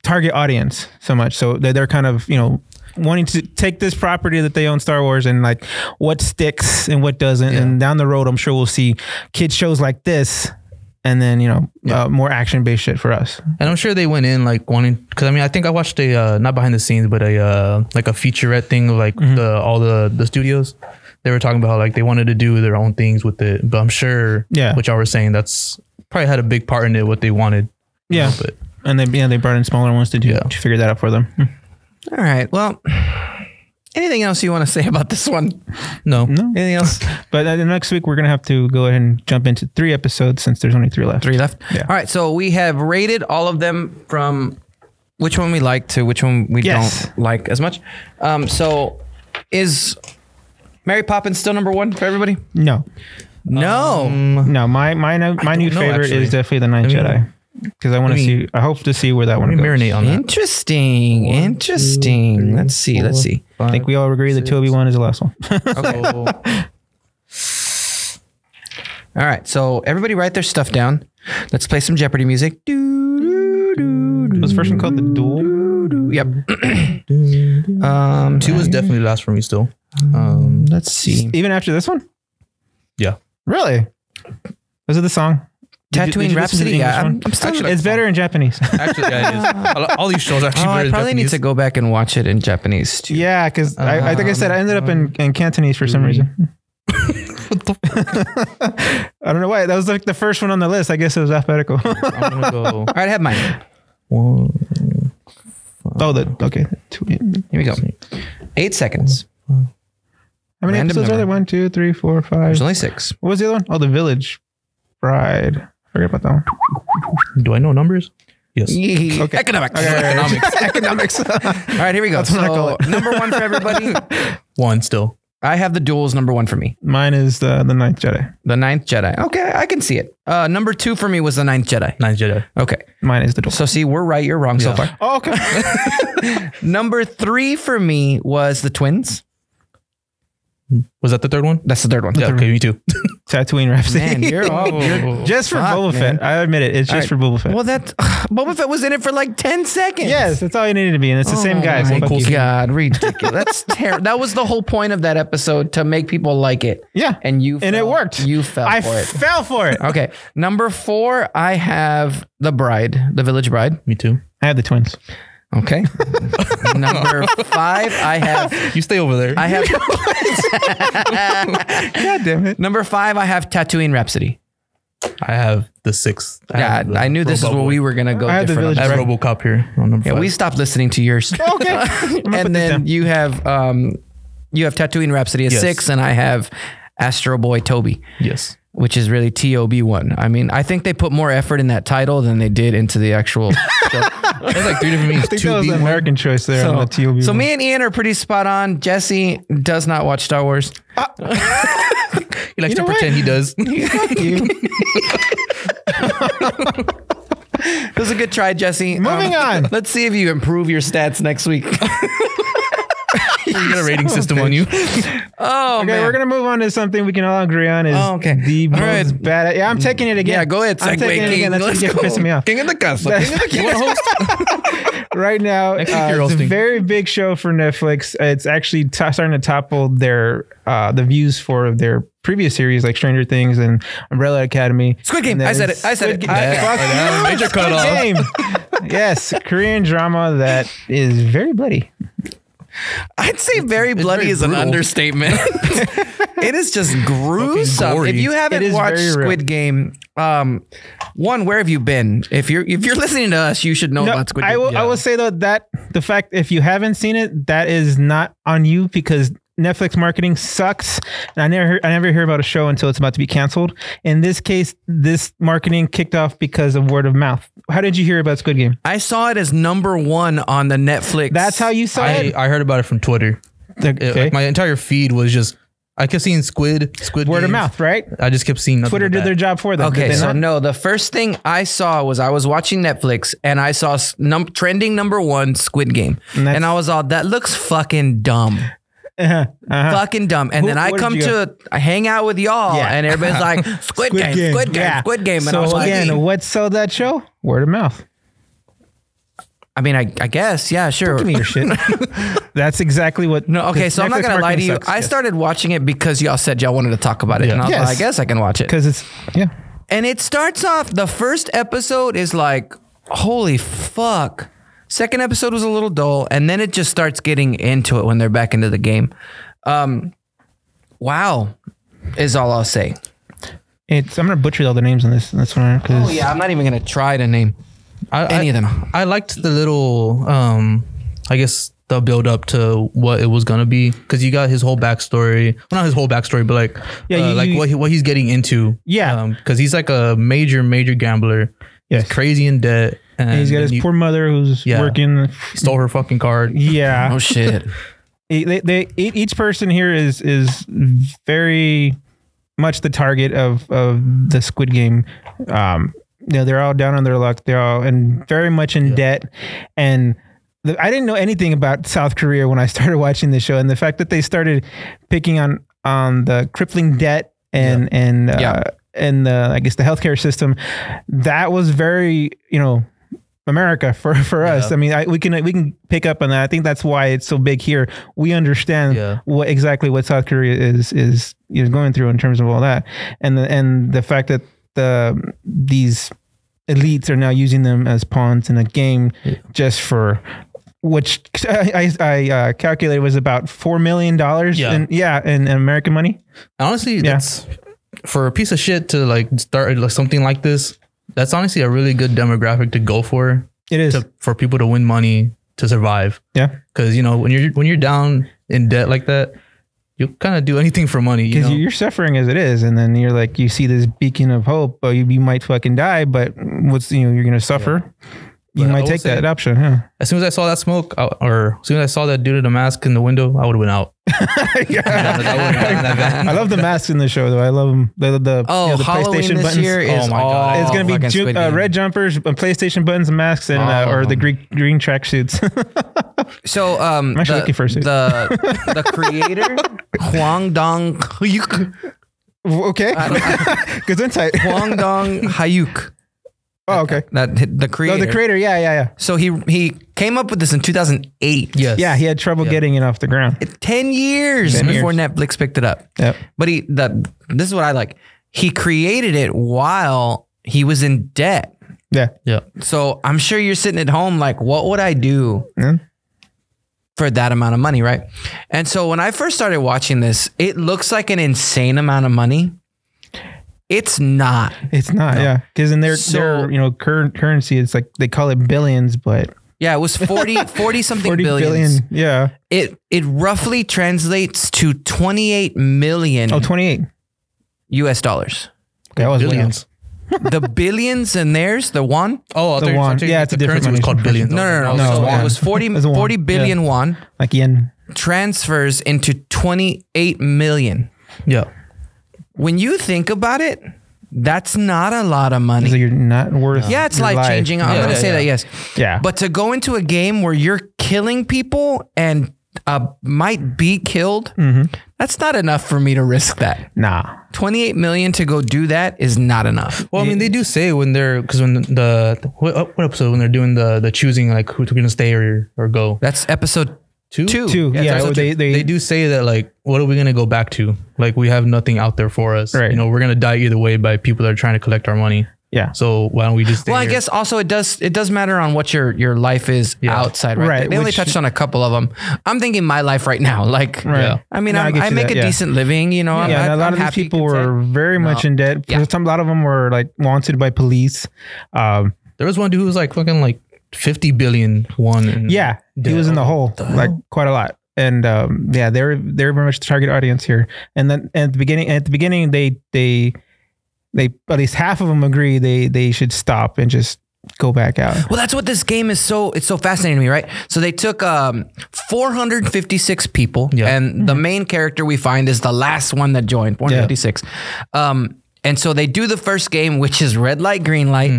target audience so much. So they're, they're kind of you know wanting to take this property that they own, Star Wars, and like what sticks and what doesn't. And down the road, I'm sure we'll see kids shows like this, and then you know uh, more action based shit for us. And I'm sure they went in like wanting because I mean I think I watched a uh, not behind the scenes but a uh, like a featurette thing of like Mm-hmm. the all the the studios. They were talking about how, like they wanted to do their own things with it, but I'm sure Yeah. what y'all were saying that's probably had a big part in it what they wanted. you Yeah. know, but And then yeah, they brought in smaller ones to do Yeah. to figure that out for them. All right. Well, anything else you want to say about this one? no, no, Anything else? But uh, next week we're gonna have to go ahead and jump into three episodes since there's only three left. Three left. Yeah. All right. So we have rated all of them from which one we like to which one we Yes. don't like as much. Um, so is Mary Poppins still number one for everybody? Um, No, No. no. My my my don't new know, favorite actually. is definitely the Ninth mean- Jedi because I want to I mean- see. I hope to see where that one we goes. marinate on that. Interesting. Interesting. let's see. let let's see. I think we all agree that Toby one is the last one. All right. So everybody write their stuff down. Let's play some Jeopardy music. Doo, doo, doo, doo, Was the first one called the Duel? doo. Yep. um, Two was definitely last for me still. Um, let's see. Even after this one? yeah, Really? Was it the song? Did you- did Tatooine you listen to the Rhapsody. English Yeah, I'm, one? I'm still Actually, It's better in Japanese. actually, yeah, it is. All- All these shows actually. Oh, I better probably need to Japanese. go back and watch it in Japanese too. yeah, because I, I think I said I ended up in, in Cantonese for some reason. Mm-hmm. I don't know why. That was like the first one on the list. I guess it was alphabetical. I'm gonna go. All right, I have mine. One, oh, the okay. Two- Here we go. Eight seconds. How many Random episodes are number. there? One, two, three, four, five. There's only six. What was the other one? Oh, the Village Bride. Forget about that one. do I know numbers? Yes. Okay. Economics. Economics. Economics. All right, here we go. That's what I call So, it. number one for everybody. One still. I have the duels number one for me. Mine is the the Ninth Jedi. The Ninth Jedi. Okay, I can see it. Uh, number two for me was the Ninth Jedi. Nine Jedi. Okay. Mine is the Duel. So, see, we're right. You're wrong so Yeah. far. Oh, okay. Number three for me was the twins. Was that the third one? That's the third one. Yeah, okay, me too. Tatooine Rhapsody. Man, you're all. You're, Just for Fuck, Boba man. Fett. I admit it. It's just All for Boba Fett. well, that Boba Fett was in it for like 10 seconds. yes, that's all you needed to be. And it's the same guy. so Oh my fuck you. God, ridiculous! That's terrible. That was the whole point of that episode to make people like it. Yeah. and you And it fell- worked. You fell I for it. fell for it. okay, number four, I have the bride, the village bride. Me too. I had the twins. Okay, number five, I have, You stay over there. I have God damn it. number five, I have Tatooine Rhapsody. I have the sixth. Yeah, have the I knew this is Robo where Boy. we were gonna go. I had the different. Village I have Right. RoboCop here on number yeah, five. we stopped listening to yours. Okay. I'm gonna put this and then down. you have um, you have Tatooine Rhapsody at Yes. six, and I have Astro Boy Toby. yes. which is really TOB one. I mean, I think they put more effort in that title than they did into the actual. show. There's like three different I meanings. think Two that was B an one. American choice there on so, the TOB. so one. me and Ian are pretty spot on. Jesse does not watch Star Wars. He likes You know to what? pretend he does. Fuck you. It was a good try, Jesse. Um, Moving on. Let's see if you improve your stats next week. you got a rating system on you. Oh Okay, man, we're gonna move on to something we can all agree on is Oh, okay. the All most right. bad. Yeah, I'm taking it again. Yeah, go ahead, I'm Segway taking it King. again. That's Let's just go. pissing me off. King of the castle. King of the You want to host? right now. Uh, Next week you're it's a hosting. very big show for Netflix. It's actually t- starting to topple their uh, the views for their previous series like Stranger Things and Umbrella Academy. Squid Game. And I then said it. I said Squid it. Game. I- Fuck Yeah, you. major Squid cut off. Game. yes, Korean drama that is very bloody. I'd say very bloody very is an brutal. understatement. it is just gruesome. gory. If you It haven't is watched very real. Squid Game, um, one, where have you been? If you're if you're listening to us, you should know No, about Squid Game. I will. I will say though that the fact if you haven't seen it, that is not on you because Netflix marketing sucks, and I never hear, I never hear about a show until it's about to be canceled. In this case, this marketing kicked off because of word of mouth. How did you hear about Squid Game? I saw it as number one on the Netflix. That's how you saw I, it. uh, I heard about it from Twitter. It- Okay. Like my entire feed was just. I kept seeing squid, squid. word of games. mouth, right? I just kept seeing nothing Twitter but did that. their job for them. did Okay, they so not? no, the first thing I saw was I was watching Netflix and I saw s- num- trending number one Squid Game, and, that's- I was all that looks fucking dumb, Uh-huh. fucking dumb. And Who- then I where did come you go? to hang out with y'all, Yeah. and everybody's like Squid, Game, Squid Game, Yeah. Squid Game, and so I was like, again, what sold that show? Word of mouth. I mean, I, I guess, yeah, sure. Give me your shit. That's exactly what. No, okay, so I'm not gonna lie to you. I started watching it because y'all said y'all wanted to talk about it, and I was Yes. like, I guess I can watch it. because it's yeah. And it starts off the first episode is like, holy fuck. Second episode was a little dull, and then it just starts getting into it when they're back into the game. Um, wow, is all I'll say. It's I'm gonna butcher all the names on this. That's why. Oh yeah, I'm not even gonna try to name I, any I, of them. I liked the little, um, I guess the build up to what it was gonna be because you got his whole backstory. Well, not his whole backstory, but like, Yeah, uh, you- like you- what he, what he's getting into. Yeah. because he's like a major major gambler. Yes. He's crazy in debt, and, He's got then his you poor mother who's Yeah. working. stole her fucking card. Yeah. Oh shit. E- they, they e- each person here is is very much the target of of the Squid Game. Um, you know, they're all down on their luck. They're all and very much in debt. And the, I didn't know anything about South Korea when I started watching the show, and the fact that they started picking on on the crippling debt and and uh, Yeah. and the I guess the healthcare system, that was very you know America for for us. I mean, I, we can we can pick up on that. I think that's why it's so big here. We understand Yeah. what exactly what South Korea is is is going through in terms of all that, and the, and the fact that the these elites are now using them as pawns in a game just for which I I, I uh, calculated was about four million dollars. Yeah. in, yeah, in, in American money. Honestly, that's for a piece of shit to like start like something like this. That's honestly a really good demographic to go for It is. to, for people to win money to survive. yeah, Because you know when you're when you're down in debt like that, you kind of do anything for money. You because know? you're suffering as it is, and then you're like you see this beacon of hope, but you, you might fucking die. But what's you know you're gonna suffer. You But I might will take say- that option. Yeah. as soon as I saw that smoke, I, or as soon as I saw that dude in a mask in the window, I would have went out. I would've gotten that van. I love the masks in the show though. I love them. The the, the, Oh, you know, the Halloween this year is Oh my all God. it's gonna be fucking ju- Squid uh, Game. red jumpers, uh, PlayStation buttons, and masks, and uh, All or of the them. Greek green tracksuits. So um, actually the, looking for a suit. the the creator Huang Dong Hyuk okay, good insight. Huang Dong Hyuk Oh, okay. that the creator. Oh, the creator. Yeah, yeah, yeah. So he he came up with this in 2008. Yes. Yeah, he had trouble getting it off the ground. 10 years 10 before Netflix picked it up. Yep. But he the this is what I like. He created it while he was in debt. Yeah. yeah. So I'm sure you're sitting at home like, what would I do Yeah. for that amount of money, right? And so when I first started watching this, it looks like an insane amount of money. It's not. It's not, yeah, because in their So- their you know current currency, it's like they call it billions, but Yeah, it was 40, 40 something forty billion, billions. yeah, It it roughly translates to 28 million oh, 28. US dollars. That was way Billions. the billions and theirs, the one. Oh, The I thought you were one. saying Yeah, it's a the different currency was money. called billions. Oh, No, no, no. I was no. like, so one. it was 40, It was a one, 40 billion won off. like yen. transfers into 28 million. Yeah. When you think about it, that's not a lot of money. So you're not worth. yeah, it's your life changing. I'm Yeah, going to yeah, say yeah. that, yes. Yeah, But to go into a game where you're killing people and uh, might be killed, Mm-hmm. that's not enough for me to risk that. nah. 28 million to go do that is not enough. Well, I mean, they do say when they're because when the what, what episode when they're doing the the choosing like who's going to stay or or go That's episode two two. Two, yeah, so they, they, they do say that like what are we going to go back to like we have nothing out there for us Right. you know we're going to die either way by people that are trying to collect our money yeah. so why don't we just stay Well, I here? guess also it does it does matter on what your your life is Yeah. outside, right? Right, They only which- touched on a couple of them. I'm thinking my life right now, like Right. Yeah. I mean, No, I I'm, get I you make that, a yeah. decent living, you know. I'm, Yeah, and a I'm lot of these happy, people content. were very much in debt. Yeah. Some, a lot of them were like wanted by police. Um, there was one dude who was like fucking like 50 billion one and yeah, he was in the hole like quite a lot, and um, yeah, they're they're very much the target audience here. And then at the beginning, at the beginning, they they they at least half of them agree they they should stop and just go back out. Well, that's what this game is so it's so fascinating to me, right? So they took um 456 people, Yeah. and the main character we find is the last one that joined, 456. Um, and so they do the first game, which is red light, green light,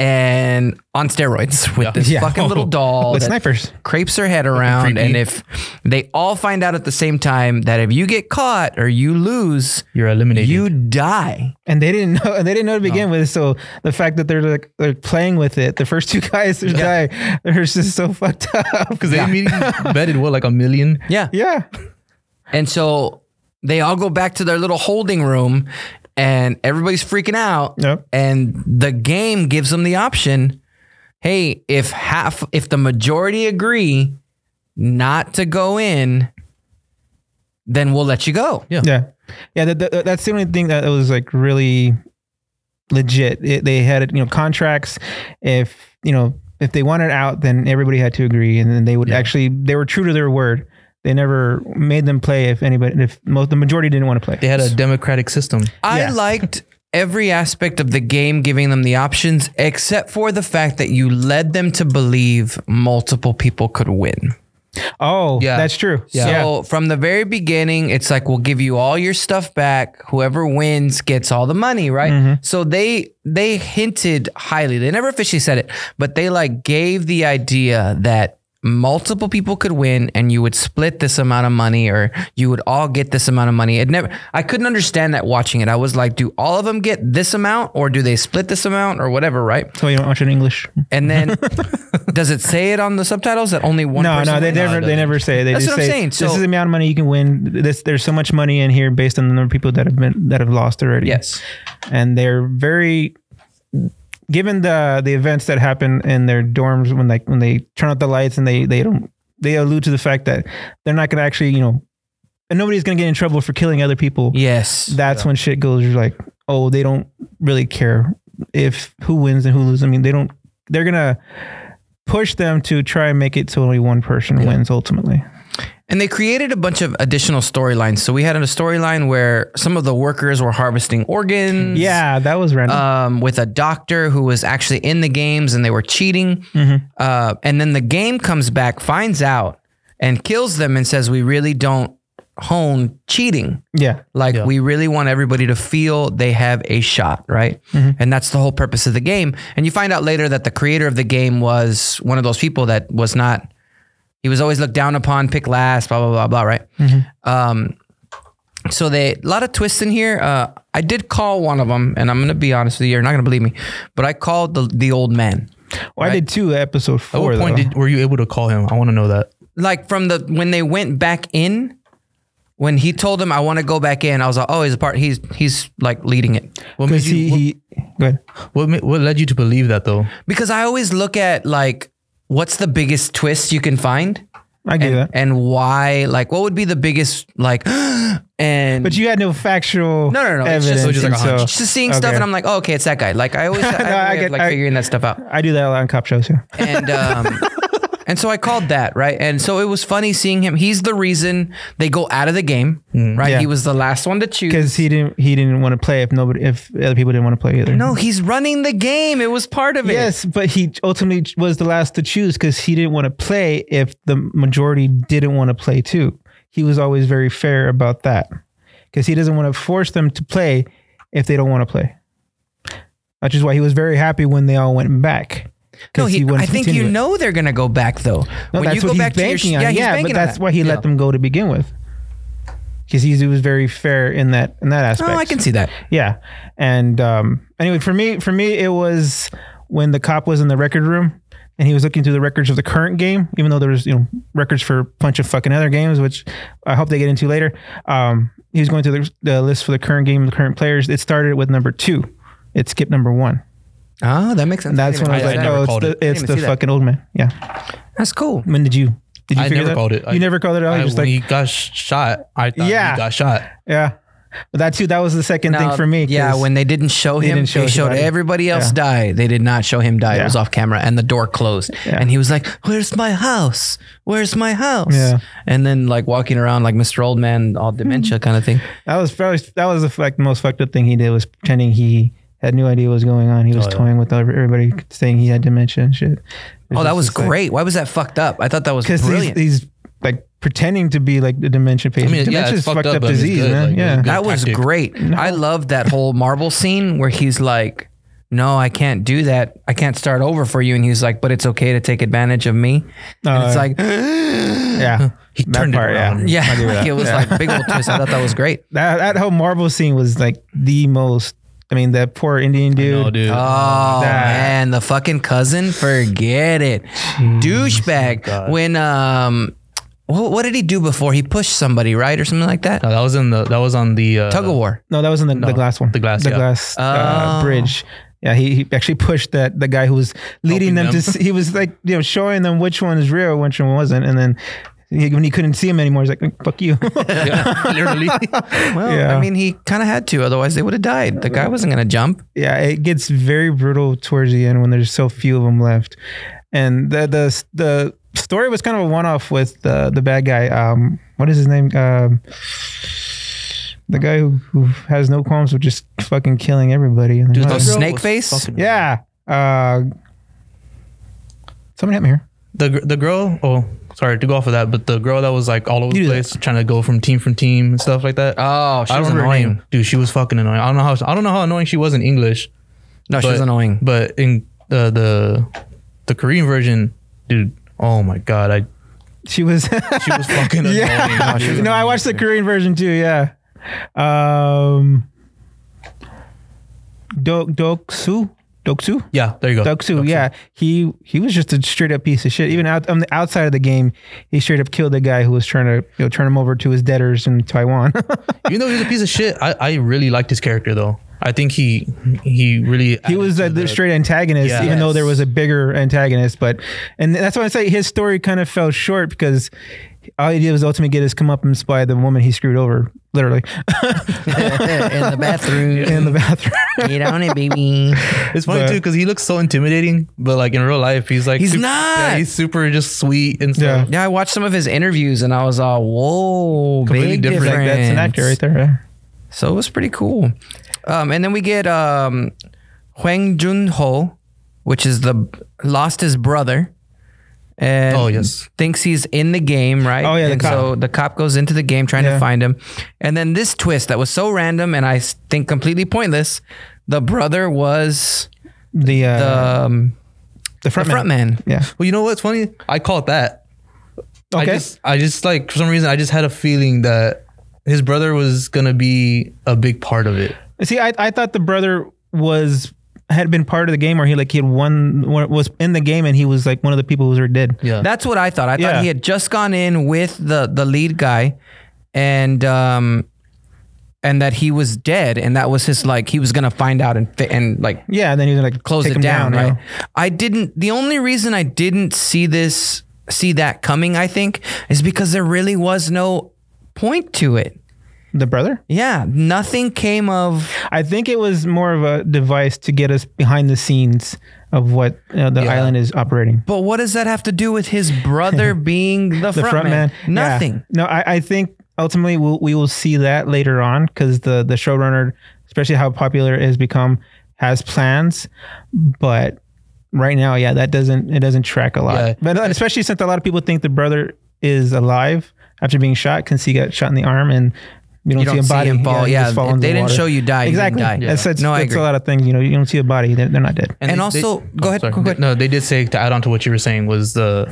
and on steroids with this Yeah. fucking little doll With Oh, that snipers. crepes her head around. creepy. And if they all find out at the same time that if you get caught or you lose, You're eliminated. you die. and they didn't know and they didn't know to begin with so the fact that they're like they're playing with it the first two guys who die they're just so fucked up because they Yeah. immediately betted what like a million. Yeah. yeah And so they all go back to their little holding room and everybody's freaking out. Yep. And the game gives them the option hey, if half, if the majority agree not to go in, then we'll let you go. Yeah. yeah yeah that, that, that's the only thing that was like really legit it, they had you know contracts if you know if they wanted out then everybody had to agree and then they would actually they were true to their word they never made them play if anybody if most the majority didn't want to play They had a democratic system. I Yeah. liked every aspect of the game giving them the options, except for the fact that you led them to believe multiple people could win. oh Yeah. yeah that's true So from the very beginning, it's like we'll give you all your stuff back. Whoever wins gets all the money, right? Mm-hmm. So they they hinted highly. They never officially said it, but they like gave the idea that multiple people could win and you would split this amount of money or you would all get this amount of money. It never I couldn't understand that watching it. I was like, do all of them get this amount or do they split this amount or whatever, right? so you don't watch it in english And then does it say it on the subtitles that only one no, person no, they wins? never, they never say. They That's just what I'm say saying. this So- is the amount of money you can win. This there's so much money in here based on the number of people that have been that have lost already. Yes. and they're very given the the events that happen in their dorms when like when they turn out the lights and they they don't they allude to the fact that they're not going to actually you know and nobody's going to get in trouble for killing other people. Yes. That's when shit goes. You're like, oh, they don't really care if who wins and who loses. I mean, they don't. They're gonna push them to try and make it so only one person wins ultimately. And they created a bunch of additional storylines. So we had a storyline where some of the workers were harvesting organs. Yeah, that was Uh, random. Um, with a doctor who was actually in the games and they were cheating. Uh, and then the game comes back, finds out, and kills them and says, We really don't hone cheating. yeah, Like we really want everybody to feel they have a shot, right? And that's the whole purpose of the game. And you find out later that the creator of the game was one of those people that was not. He was always looked down upon, pick last, blah blah blah blah, right? Um, so they a lot of twists in here. Uh, I did call one of them, and I'm gonna be honest with you, you're not gonna believe me, but I called the the old man, well, I did two episode At four. what point though. did, were you able to call him? I want to know that. like from the when they went back in. When he told him I want to go back in, I was like, "Oh, he's a part. He's he's like leading it." What made Because you, he, he go ahead. what, ma- what led you to believe that though? Because I always look at like what's the biggest twist you can find I get that. and why like what would be the biggest like and But you had no factual No, no, no, it's evidence. just- It was just like a and hunch. so just seeing stuff okay. and I'm like, oh, okay, it's that guy. Like I always I, have a No, I way of, get- like I- figuring that stuff out. I do that a lot on cop shows here. And um and so I called that, right? And so it was funny seeing him. He's the reason they go out of the game, right? Mm-hmm. Yeah. He was the last one to choose. Because he didn't he didn't want to play if nobody if other people didn't want to play either. No, he's running the game. It was part of it. Yes, but he ultimately was the last to choose because he didn't want to play if the majority didn't want to play too. He was always very fair about that because he doesn't want to force them to play if they don't want to play. Which is why he was very happy when they all went back. 'cause No, he, wanted I to think continue you it. know they're gonna go back though. No, that's what he's banking on. Yeah, yeah, he's but banking on that's that. why he Yeah. let them go to begin with. Because he was very fair in that in that aspect. Oh, I can see that. Yeah, and um, anyway, for me, for me, it was when the cop was in the record room and he was looking through the records of the current game, even though there was you know records for a bunch of fucking other games, which I hope they get into later. Um, he was going through the, the list for the current game, the current players. It started with number two. It skipped number one. Ah, Oh, that makes sense. And that's when I was I like, never oh, it's called the, it. it's even the see that. fucking old man. Yeah. that's cool. When did you? Did you I figure never that? called it. You I- never called it out. I, You're when just like, he got sh- shot, I thought Yeah. he got shot. yeah. But that too. That was the second thing Now, for me. Yeah, 'cause- when they didn't show him, didn't show they his showed body. everybody else Yeah. die. They did not show him die. It Yeah. was off camera, and the door closed. Yeah. And he was like, "Where's my house? Where's my house?" Yeah. And then like walking around like Mr. Old Man, all dementia Hmm. kind of thing. That was probably that was the like most fucked up thing he did was pretending he had no idea what was going on. He was Oh, yeah. toying with ev- everybody, saying he had dementia and shit. Oh, that was great. Why was that fucked up? I thought that was because brilliant. he's, he's like pretending to be like the dementia patient. mean, yeah, dementia it's is fucked fucked, up, up but it's disease, good, man. like, it's yeah, good. that was tactic. great. I love that whole marble scene where he's like. no, I can't do that. I can't start over for you. And he's like, but it's okay to take advantage of me. And it's Uh, like, Yeah. He That turned it part, around. Yeah. I yeah, do like that. it was Yeah. like big old twist. I thought that was great. that, that whole Marvel scene was like the most. I mean, that poor Indian dude. Uh, No, dude. Oh That- man, the fucking cousin, forget it, douchebag. When um, what, what did he do before he pushed somebody right or something like that? No, that was in the that was on the uh, Tug of war. No, that was in the, the glass one. the glass, The yeah. glass uh, Oh. bridge. Yeah, he, he actually pushed that the guy who was leading Helping them, to. them. See, he was like you know showing them which one is real, which one wasn't, and then he, when he couldn't see him anymore, he's like, "Mm, "Fuck you." Yeah, literally. Well, Yeah. I mean, he kind of had to, otherwise they would have died. The guy wasn't gonna jump. yeah, it gets very brutal towards the end when there's so few of them left, and the the the story was kind of a one off with the the bad guy. Um, what is his name? Um, the guy who, who has no qualms with just fucking killing everybody. And Dude, they're that Oh, like, girl snake was face? fucking- yeah. Uh, someone hit me here. The gr- the girl. Oh, sorry to go off of that, but the girl that was like all over You the do place, trying to go from team from team and stuff like that. Oh, she I was don't remember her annoying. name, dude. She was fucking annoying. I don't know how I don't know how annoying she was in English, No, she But- was annoying. but in the the the Korean version, dude. Oh my god, I She was. she was fucking annoying. yeah. dude. no, I watched the Korean version too. Yeah. Um. Dok Doksu. Doksu. Yeah, there you go. Doksu, yeah, he he was just a straight up piece of shit. Even out on the outside of the game, he straight up killed the guy who was trying to you know turn him over to his debtors in Taiwan. You know, he's a piece of shit. I, I really liked his character though. I think he he really he was a the straight antagonist, Yeah. even though there Yes. was a bigger antagonist. But and that's why I say his story kind of fell short because all he did was ultimately get his comeuppance by the woman he screwed over, literally in the bathroom. in the bathroom. Get on it, baby. It's funny But- too because he looks so intimidating, but like in real life, he's like He's super- not! yeah, he's super just sweet and stuff. Yeah, I watched some of his interviews and I was all, whoa, Completely big different. difference. like that's an actor right there. yeah. So it was pretty cool. Um, and then we get um, Huang Jun Ho, which is the lost his brother. And Oh, yes. thinks he's in the game, right? Oh, yeah, the And cop. so the cop goes into the game trying Yeah. to find him, and then this twist that was so random and I s- think completely pointless. The brother was The uh, the um, the the front front man. Yeah. Well, you know what's funny? I call it that. I Okay. just, I just like for some reason I just had a feeling that his brother was gonna be a big part of it. See, I, I thought the brother was had been part of the game, or he like he had won was in the game, and he was like one of the people who were dead. Yeah. That's what I thought. I Yeah. thought he had just gone in with the the lead guy, and um, and that he was dead, and that was his like he was gonna find out and fi- and like yeah. And then he was like close take it him down, you right? know? I didn't. The only reason I didn't see this see that coming, I think, is because there really was no point to it. The brother. Yeah, nothing came of I think it was more of a device to get us behind the scenes of what uh, the Yeah. island is operating. But what does that have to do with his brother being the, the front, front man? man. Yeah. Nothing. No, I, I think ultimately we'll, we will see that later on because the the showrunner, especially how popular it has become, has plans, but right now, yeah, that doesn't it doesn't track a lot. Yeah. But especially since a lot of people think the brother is alive after being shot, because he got shot in the arm and. You don't, You don't see a body. see him fall. he Yeah, just falls if in they the didn't water. show you die, you didn't Exactly. die. Yeah. That's, that's, No, I that's agree. a lot of things. You know, you don't see a body. They're, they're not dead. And, And they- also- they- oh, go ahead, sorry. go ahead. No, they did say to add on to what you were saying was the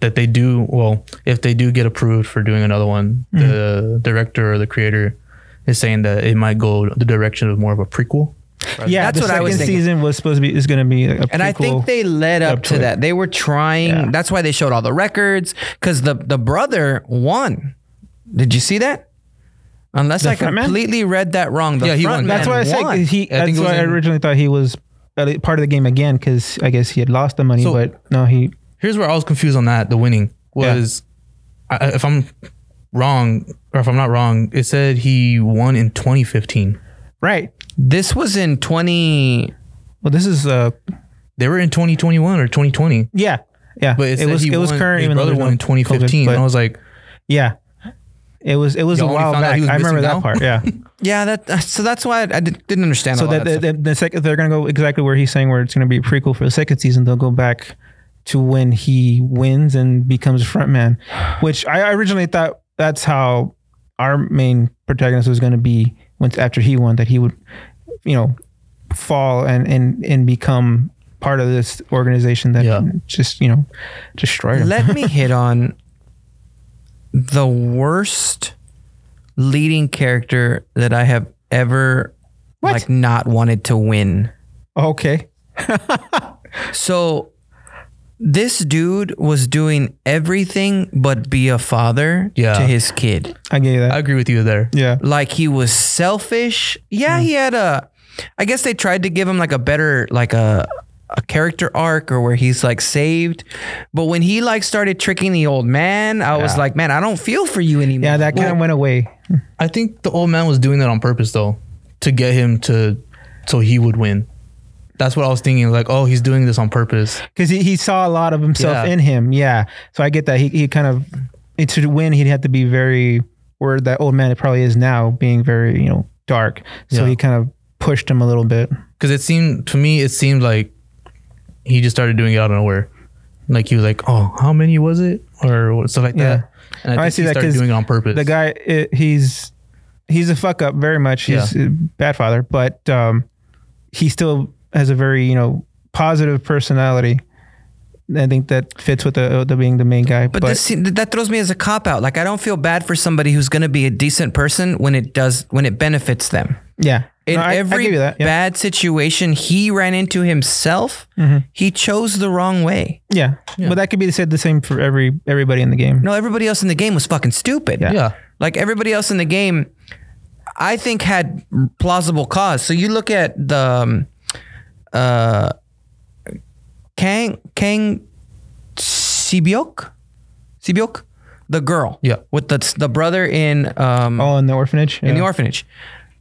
that they do well if they do get approved for doing another one, Mm-hmm. the director or the creator is saying that it might go the direction of more of a prequel. yeah, That's the what I second was thinking. season was supposed to be is going to be a, a And I think prequel. they led up, up to to it. that. They were trying. Yeah. That's why they showed all the records because the the brother won. Did you see that? Unless I front man? completely read that wrong. The Yeah, he front won. man That's why I said won. 'cause he. I think that's it was why I in- originally thought he was a- part of the game again because I guess he had lost the money, So- but no, he. Here's where I was confused on that. The winning Yeah. was, I, I- if I'm wrong or if I'm not wrong, it said he won in 2015. Right. this was in twenty. Well, this is uh, They were in 2021 or 2020, yeah, yeah. but it, it said was he it was won- current. His Even though brother there's won no in COVID, 2015, but and I was like, yeah, it was it was a Y'all only while found out back. he was I remember missing that now? part. Yeah. Yeah, that. So that's why I did, didn't understand. so Oh, all that, that the, the, the second they're going to go exactly where he's saying where it's going to be a prequel for the second season, they'll go back to when he wins and becomes frontman, which I originally thought that's how our main protagonist was going to be once after he won that he would, you know, fall and and and become part of this organization that Yeah. just you know destroyed them. Let me hit on the worst leading character that I have ever What? like not wanted to win. okay. So this dude was doing everything but be a father Yeah. to his kid. I get you that. I agree with you there. yeah. Like he was selfish. Yeah, he had a I guess they tried to give him like a better like a a character arc or where he's like saved. But when he like started tricking the old man, I was like, man, I don't feel for you anymore. Yeah, that kind of went away. I think the old man was doing that on purpose though, to get him to, so he would win. That's what I was thinking. Like, oh, he's doing this on purpose. because he, he saw a lot of himself Yeah. in him. Yeah, so I get that. He he kind of to win, he'd have to be very or that old man. It probably is now being very you know dark. So Yeah. he kind of pushed him a little bit. Because it seemed to me, it seemed like he just started doing it out of nowhere. Like he was like, oh, how many was it, or what- stuff like Yeah. that. And I I, think see he that started 'cause doing it on purpose. The guy, it, he's he's a fuck up very much. He's a bad father, but um, he still has a very you know positive personality. I think that fits with the, the being the main guy. But, this, that throws me as a cop out. Like I don't feel bad for somebody who's going to be a decent person when it does when it benefits them. yeah, In No, I- I every give you that. Yeah. bad situation he ran into himself, Mm-hmm. he chose the wrong way. yeah. but that could be said the same for every everybody in the game. No, everybody else in the game was fucking stupid. yeah, Like everybody else in the game, I think had plausible cause. So you look at the um, uh, Kang Kang Sibyok, Sibyok, the girl, Yeah. with the the brother in um All Oh, in the orphanage. in Yeah. the orphanage,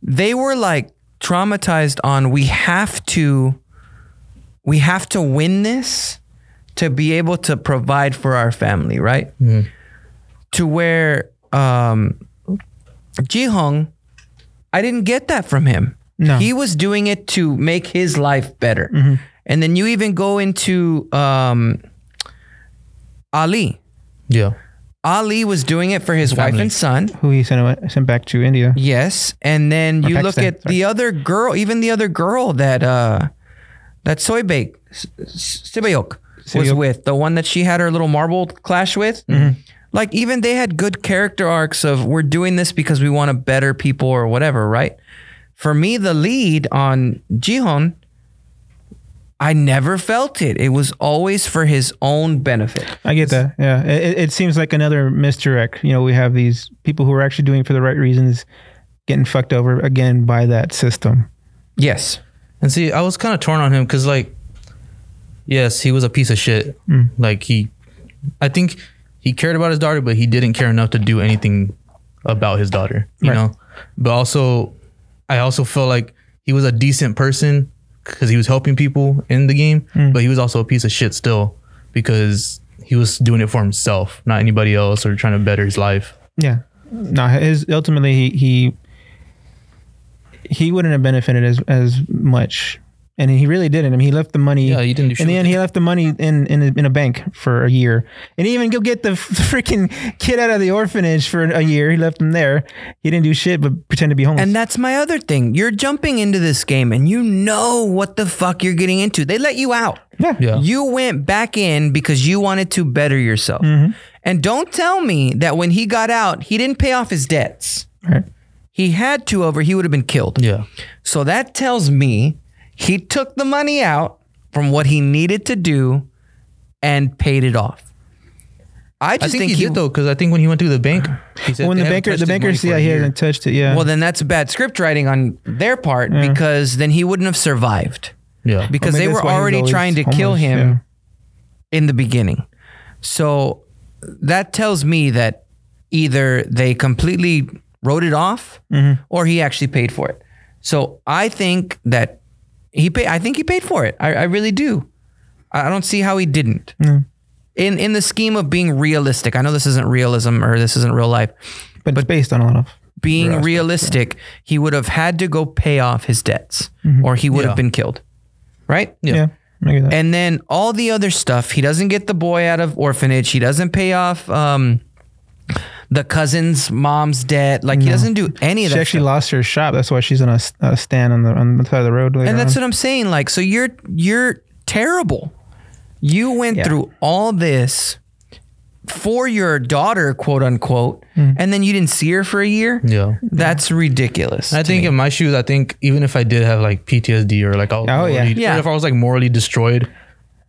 they were like traumatized on we have to, we have to win this to be able to provide for our family, right? Mm-hmm. To where um, Ji Hong, I didn't get that from him. No. Mm-hmm. He was doing it to make his life better. And then you even go into um, Ali. yeah, Ali was doing it for his wife Family. and son. who he sent sent back to India. Yes, and then you look Pakistan, at the other girl, even the other girl that uh that soy bake S- S- Sibayok was Sibayok. with, the one that she had her little marble clash with. Like even they had good character arcs of we're doing this because we want to better people or whatever, right? For me, the lead on Jihon, I never felt it. It was always for his own benefit. I get that. Yeah, it, it- it seems like another misdirect. You know, we have these people who are actually doing it for the right reasons, getting fucked over again by that system. Yes. And see, I was kind of torn on him because, like, yes, he was a piece of shit. Mm. Like he, I think he cared about his daughter, but he didn't care enough to do anything about his daughter. You Right. know. But also, I also felt like he was a decent person because he was helping people in the game, Mm. but he was also a piece of shit still because he was doing it for himself, not anybody else, or trying to better his life. Yeah. No, his ultimately he he he wouldn't have benefited as as much, and he really didn't. I mean, he left the money. Yeah, he didn't do In shit the end, he left the money in in a, in a bank for a year, and he even go get the freaking kid out of the orphanage for a year. He left him there. He didn't do shit but pretend to be homeless. And that's my other thing. You're jumping into this game and you know what the fuck you're getting into. They let you out. Yeah. You went back in because you wanted to better yourself. Mm-hmm. And don't tell me that when he got out, he didn't pay off his debts. Right. He had to over, he would have been killed. Yeah. So that tells me he took the money out from what he needed to do and paid it off. I just I think, he, did though, because I think when he went through the bank, he said when they the haven't banker touched the his money banker for yeah a he year. hasn't touched it yeah Well, then that's bad script writing on their part Mm. because then he wouldn't have survived. Yeah. because Well, they maybe were that's why he was already always trying to homeless, kill him in the beginning. So that tells me that either they completely wrote it off Mm-hmm. or he actually paid for it. So I think that he paid I think he paid for it. I, I really do. I I don't see how he didn't. In in the scheme of being realistic. I know this isn't realism or this isn't real life. but it's based on a lot of Being realistic, he would have had to go pay off his debts Mm-hmm. or he would Yeah. have been killed. Right? yeah, I get that. And then all the other stuff, he doesn't get the boy out of orphanage. He doesn't pay off um, the cousin's mom's dead. Like he doesn't do any of She that. actually stuff. lost her shop. That's why she's on a, s- a stand on the on the side of the road. Later and that's on. what I'm saying. Like so, you're you're terrible. You went through all this for your daughter, quote unquote, and then you didn't see her for a year. Yeah. That's ridiculous. I to think me. in my shoes, I think even if I did have like PTSD or like I was Oh, yeah. morally- Yeah. or if I was like morally destroyed,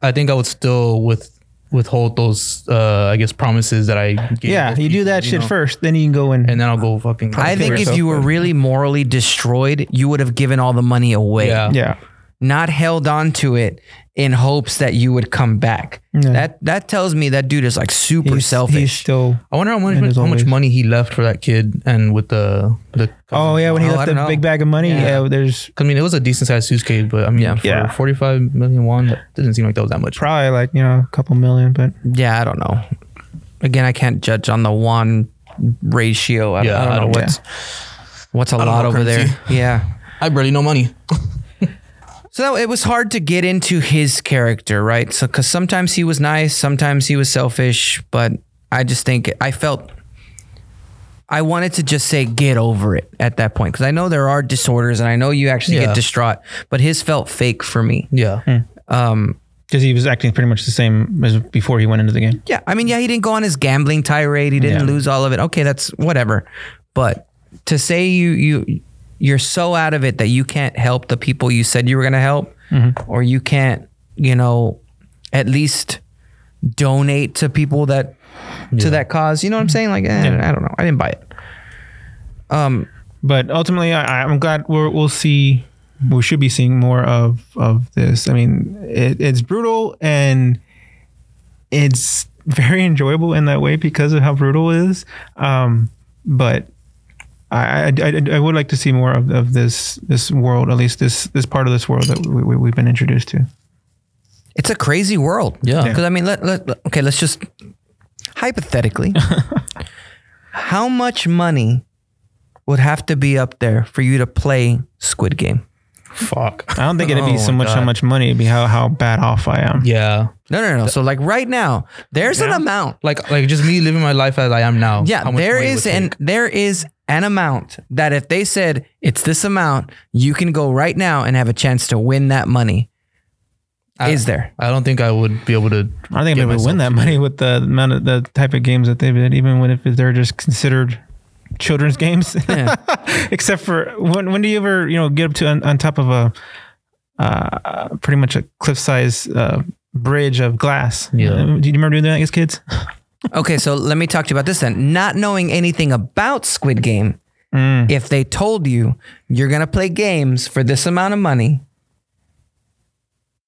I think I would still with withhold those uh I guess promises that I gave. yeah, those you do people, that shit know? first, then you can go in. and then I'll go fucking. I think if yourself you were really morally destroyed, you would have given all the money away, yeah, yeah, not held on to it in hopes that you would come back. Yeah. That that tells me that dude is like super he's, he's selfish. still. I wonder how much And as how always. much money he left for that kid and with the the. Oh yeah, when he Oh, I left the don't know. big bag of money, yeah. Yeah. there's I mean, it was a decent sized suitcase, but I mean, Yeah. for Yeah. 45 million won, that didn't seem like that was that much. probably like you know a couple million, but yeah, I don't know. Again, I can't judge on the one ratio. I, Yeah, I don't I know don't- what's what's a don't lot know over currency. there. Yeah. I barely know money. So it was hard to get into his character, right? So because sometimes he was nice, sometimes he was selfish, but I just think I felt I wanted to just say get over it at that point because I know there are disorders and I know you actually Yeah. get distraught, but his felt fake for me. Yeah. Hmm. because he was acting pretty much the same as before he went into the game. Yeah, I mean, yeah, he didn't go on his gambling tirade. He didn't Yeah. lose all of it. Okay, that's whatever. But to say you you you're so out of it that you can't help the people you said you were going to help, or you can't, you know, at least donate to people that to that cause. You know what I'm saying? Like, eh, I don't know. I didn't buy it. But ultimately, I, I'm glad we're, we'll see. We should be seeing more of of this. I mean, it, it's brutal and it's very enjoyable in that way because of how brutal it is. Um, but I, I, I, I would like to see more of, of this this world, at least this this part of this world that we, we, we've been introduced to. It's a crazy world. Yeah. Yeah. Because I mean, let, let, let- okay, let's just hypothetically, how much money would have to be up there for you to play Squid Game? Fuck. I don't think it'd be Oh so my much how God. much money, it'd be how, how bad off I am. Yeah. No, no, no. So like right now, there's an amount. Like, like just me living my life as I am now. Yeah, how much there money it is would an take. there is an amount that if they said it's this amount, you can go right now and have a chance to win that money. I- is there? I don't think I would be able to. I think get I'm able to win myself that money with the amount of the type of games that they've been, even when if they're just considered children's games. Yeah. Except for when when do you ever you know get up to on, on top of a uh, pretty much a cliff size uh, bridge of glass? Yeah. Uh, Do you remember doing that as kids? okay, so let me talk to you about this then. Not knowing anything about Squid Game, if they told you you're gonna play games for this amount of money,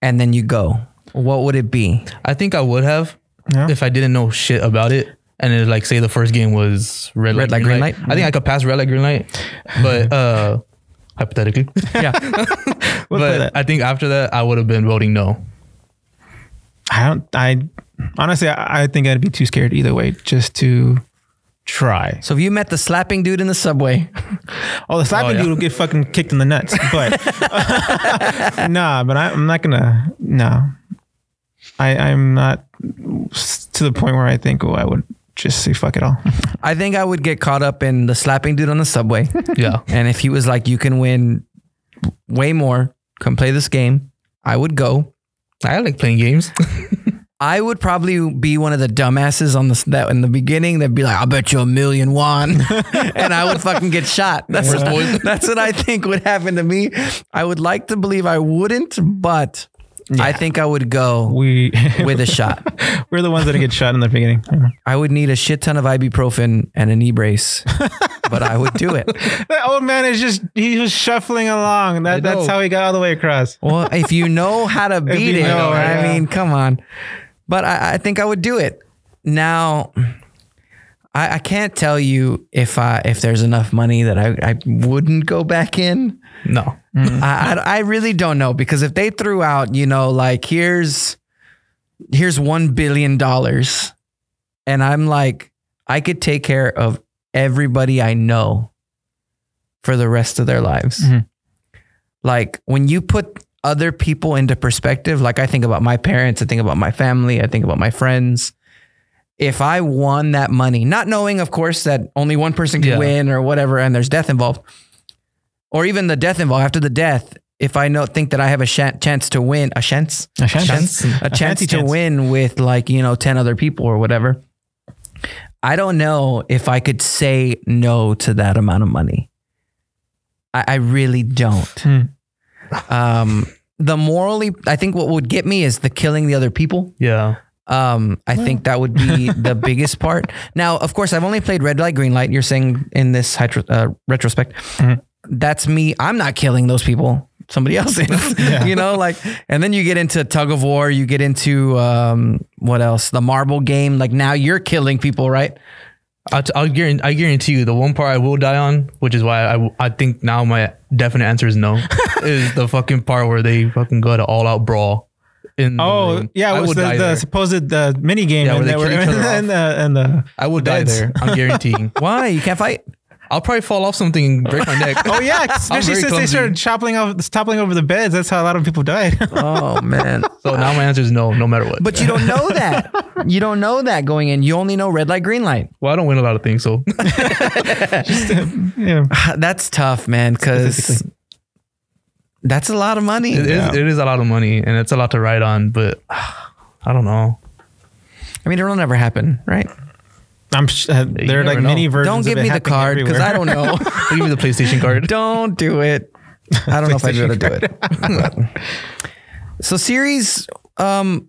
and then you go, what would it be? I think I would have Yeah. if I didn't know shit about it. And it, like, say the first game was red, Red light, green, light. I think I could pass red light, green light, but uh, hypothetically. Yeah. We'll play but that. I think after that, I would have been voting no. I don't. I honestly, I, I think I'd be too scared either way just to try. so if you met the slapping dude in the subway, Oh, the slapping Oh, yeah. dude will get fucking kicked in the nuts. But nah, but I, I'm not gonna. No, I I'm not s- to the point where I think oh I would just say fuck it all. I think I would get caught up in the slapping dude on the subway. Yeah. And if he was like, you can win way more, come play this game, I would go. I like playing games. I would probably be one of the dumbasses on this that in the beginning that'd be like, I'll bet you a million won. and I would fucking get shat. That's, Worst boy. what, that's what I think would happen to me. I would like to believe I wouldn't, but I think I would go We with a shot. we're the ones that get shot in the beginning. I would need a shit ton of ibuprofen and a knee brace, but I would do it. That old man is just he was shuffling along. That that's know. how he got all the way across. Well, if you know how to beat you it, know, I yeah. mean, come on. But I, I think I would do it. Now, I, I can't tell you if I if there's enough money that I, I wouldn't go back in. No. Mm. I, I I really don't know because if they threw out, you know, like here's here's one billion dollars, and I'm like, I could take care of everybody I know for the rest of their lives. Mhm. Like when you put other people into perspective, like I think about my parents, I think about my family, I think about my friends, if I won that money, not knowing, of course, that only one person can Yeah. win or whatever, and there's death involved, or even the death involved after the death, if I know think that I have a shan- chance to win, a chance, A chance. a, chance fancy to chance. win with like you know ten other people or whatever. I don't know if I could say no to that amount of money. I, I really don't. Hmm. Um, the morally, I think what would get me is the killing the other people. Yeah. Um, I think that would be the biggest part. Now, of course, I've only played Red Light, Green Light. You're saying in this hitro- uh, retrospect, Mhm. that's me. I'm not killing those people. Somebody else is, you know, like, and then you get into tug of war. You get into um, what else? The marble game. Like now, you're killing people, right? I'll, t- I'll guarantee, I guarantee you the one part I will die on, which is why I, w- I think now my definite answer is no, is the fucking part where they fucking go to all out brawl. In the Oh room. yeah, I it was will the, die the there. supposed uh, mini game Yeah, and, where they that were, kill each other off. and, the, and the I will die beds. there. I'm guaranteeing. Why you can't fight? I'll probably fall off something and break my neck. Oh yeah, especially very since they clumsy. started chopping off, toppling over the beds. That's how a lot of people died. Oh man! So now my answer is no, no matter what. But you don't know that. You don't know that going in. You only know red light, green light. well, I don't win a lot of things, so yeah. That's tough, man. Because that's a lot of money. it, is, it is a lot of money and it's a lot to ride on. But I don't know. I mean, it'll never happen, right? I'm sh- uh, there are never like know. mini versions. don't of give it me the happening card because everywhere. I don't know. I'll give you the PlayStation card. don't do it. I don't know if I'd be able to do it. But- so series, um,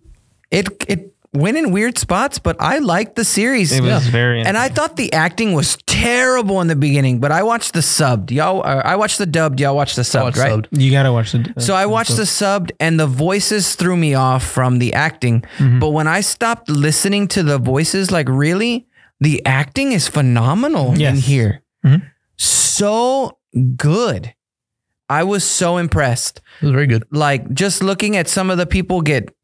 it it went in weird spots, but I liked the series. It was Yeah. very and I thought the acting was terrible in the beginning, but I watched the subbed. Y'all, uh, I watched the dubbed. Y'all watched the subbed, Watch right? subbed. You gotta watch the. So I watched the subbed, and the voices threw me off from the acting. But when I stopped listening to the voices, like really, the acting is phenomenal in Yes. here. Mhm. So good. I was so impressed. It was very good. Like just looking at some of the people get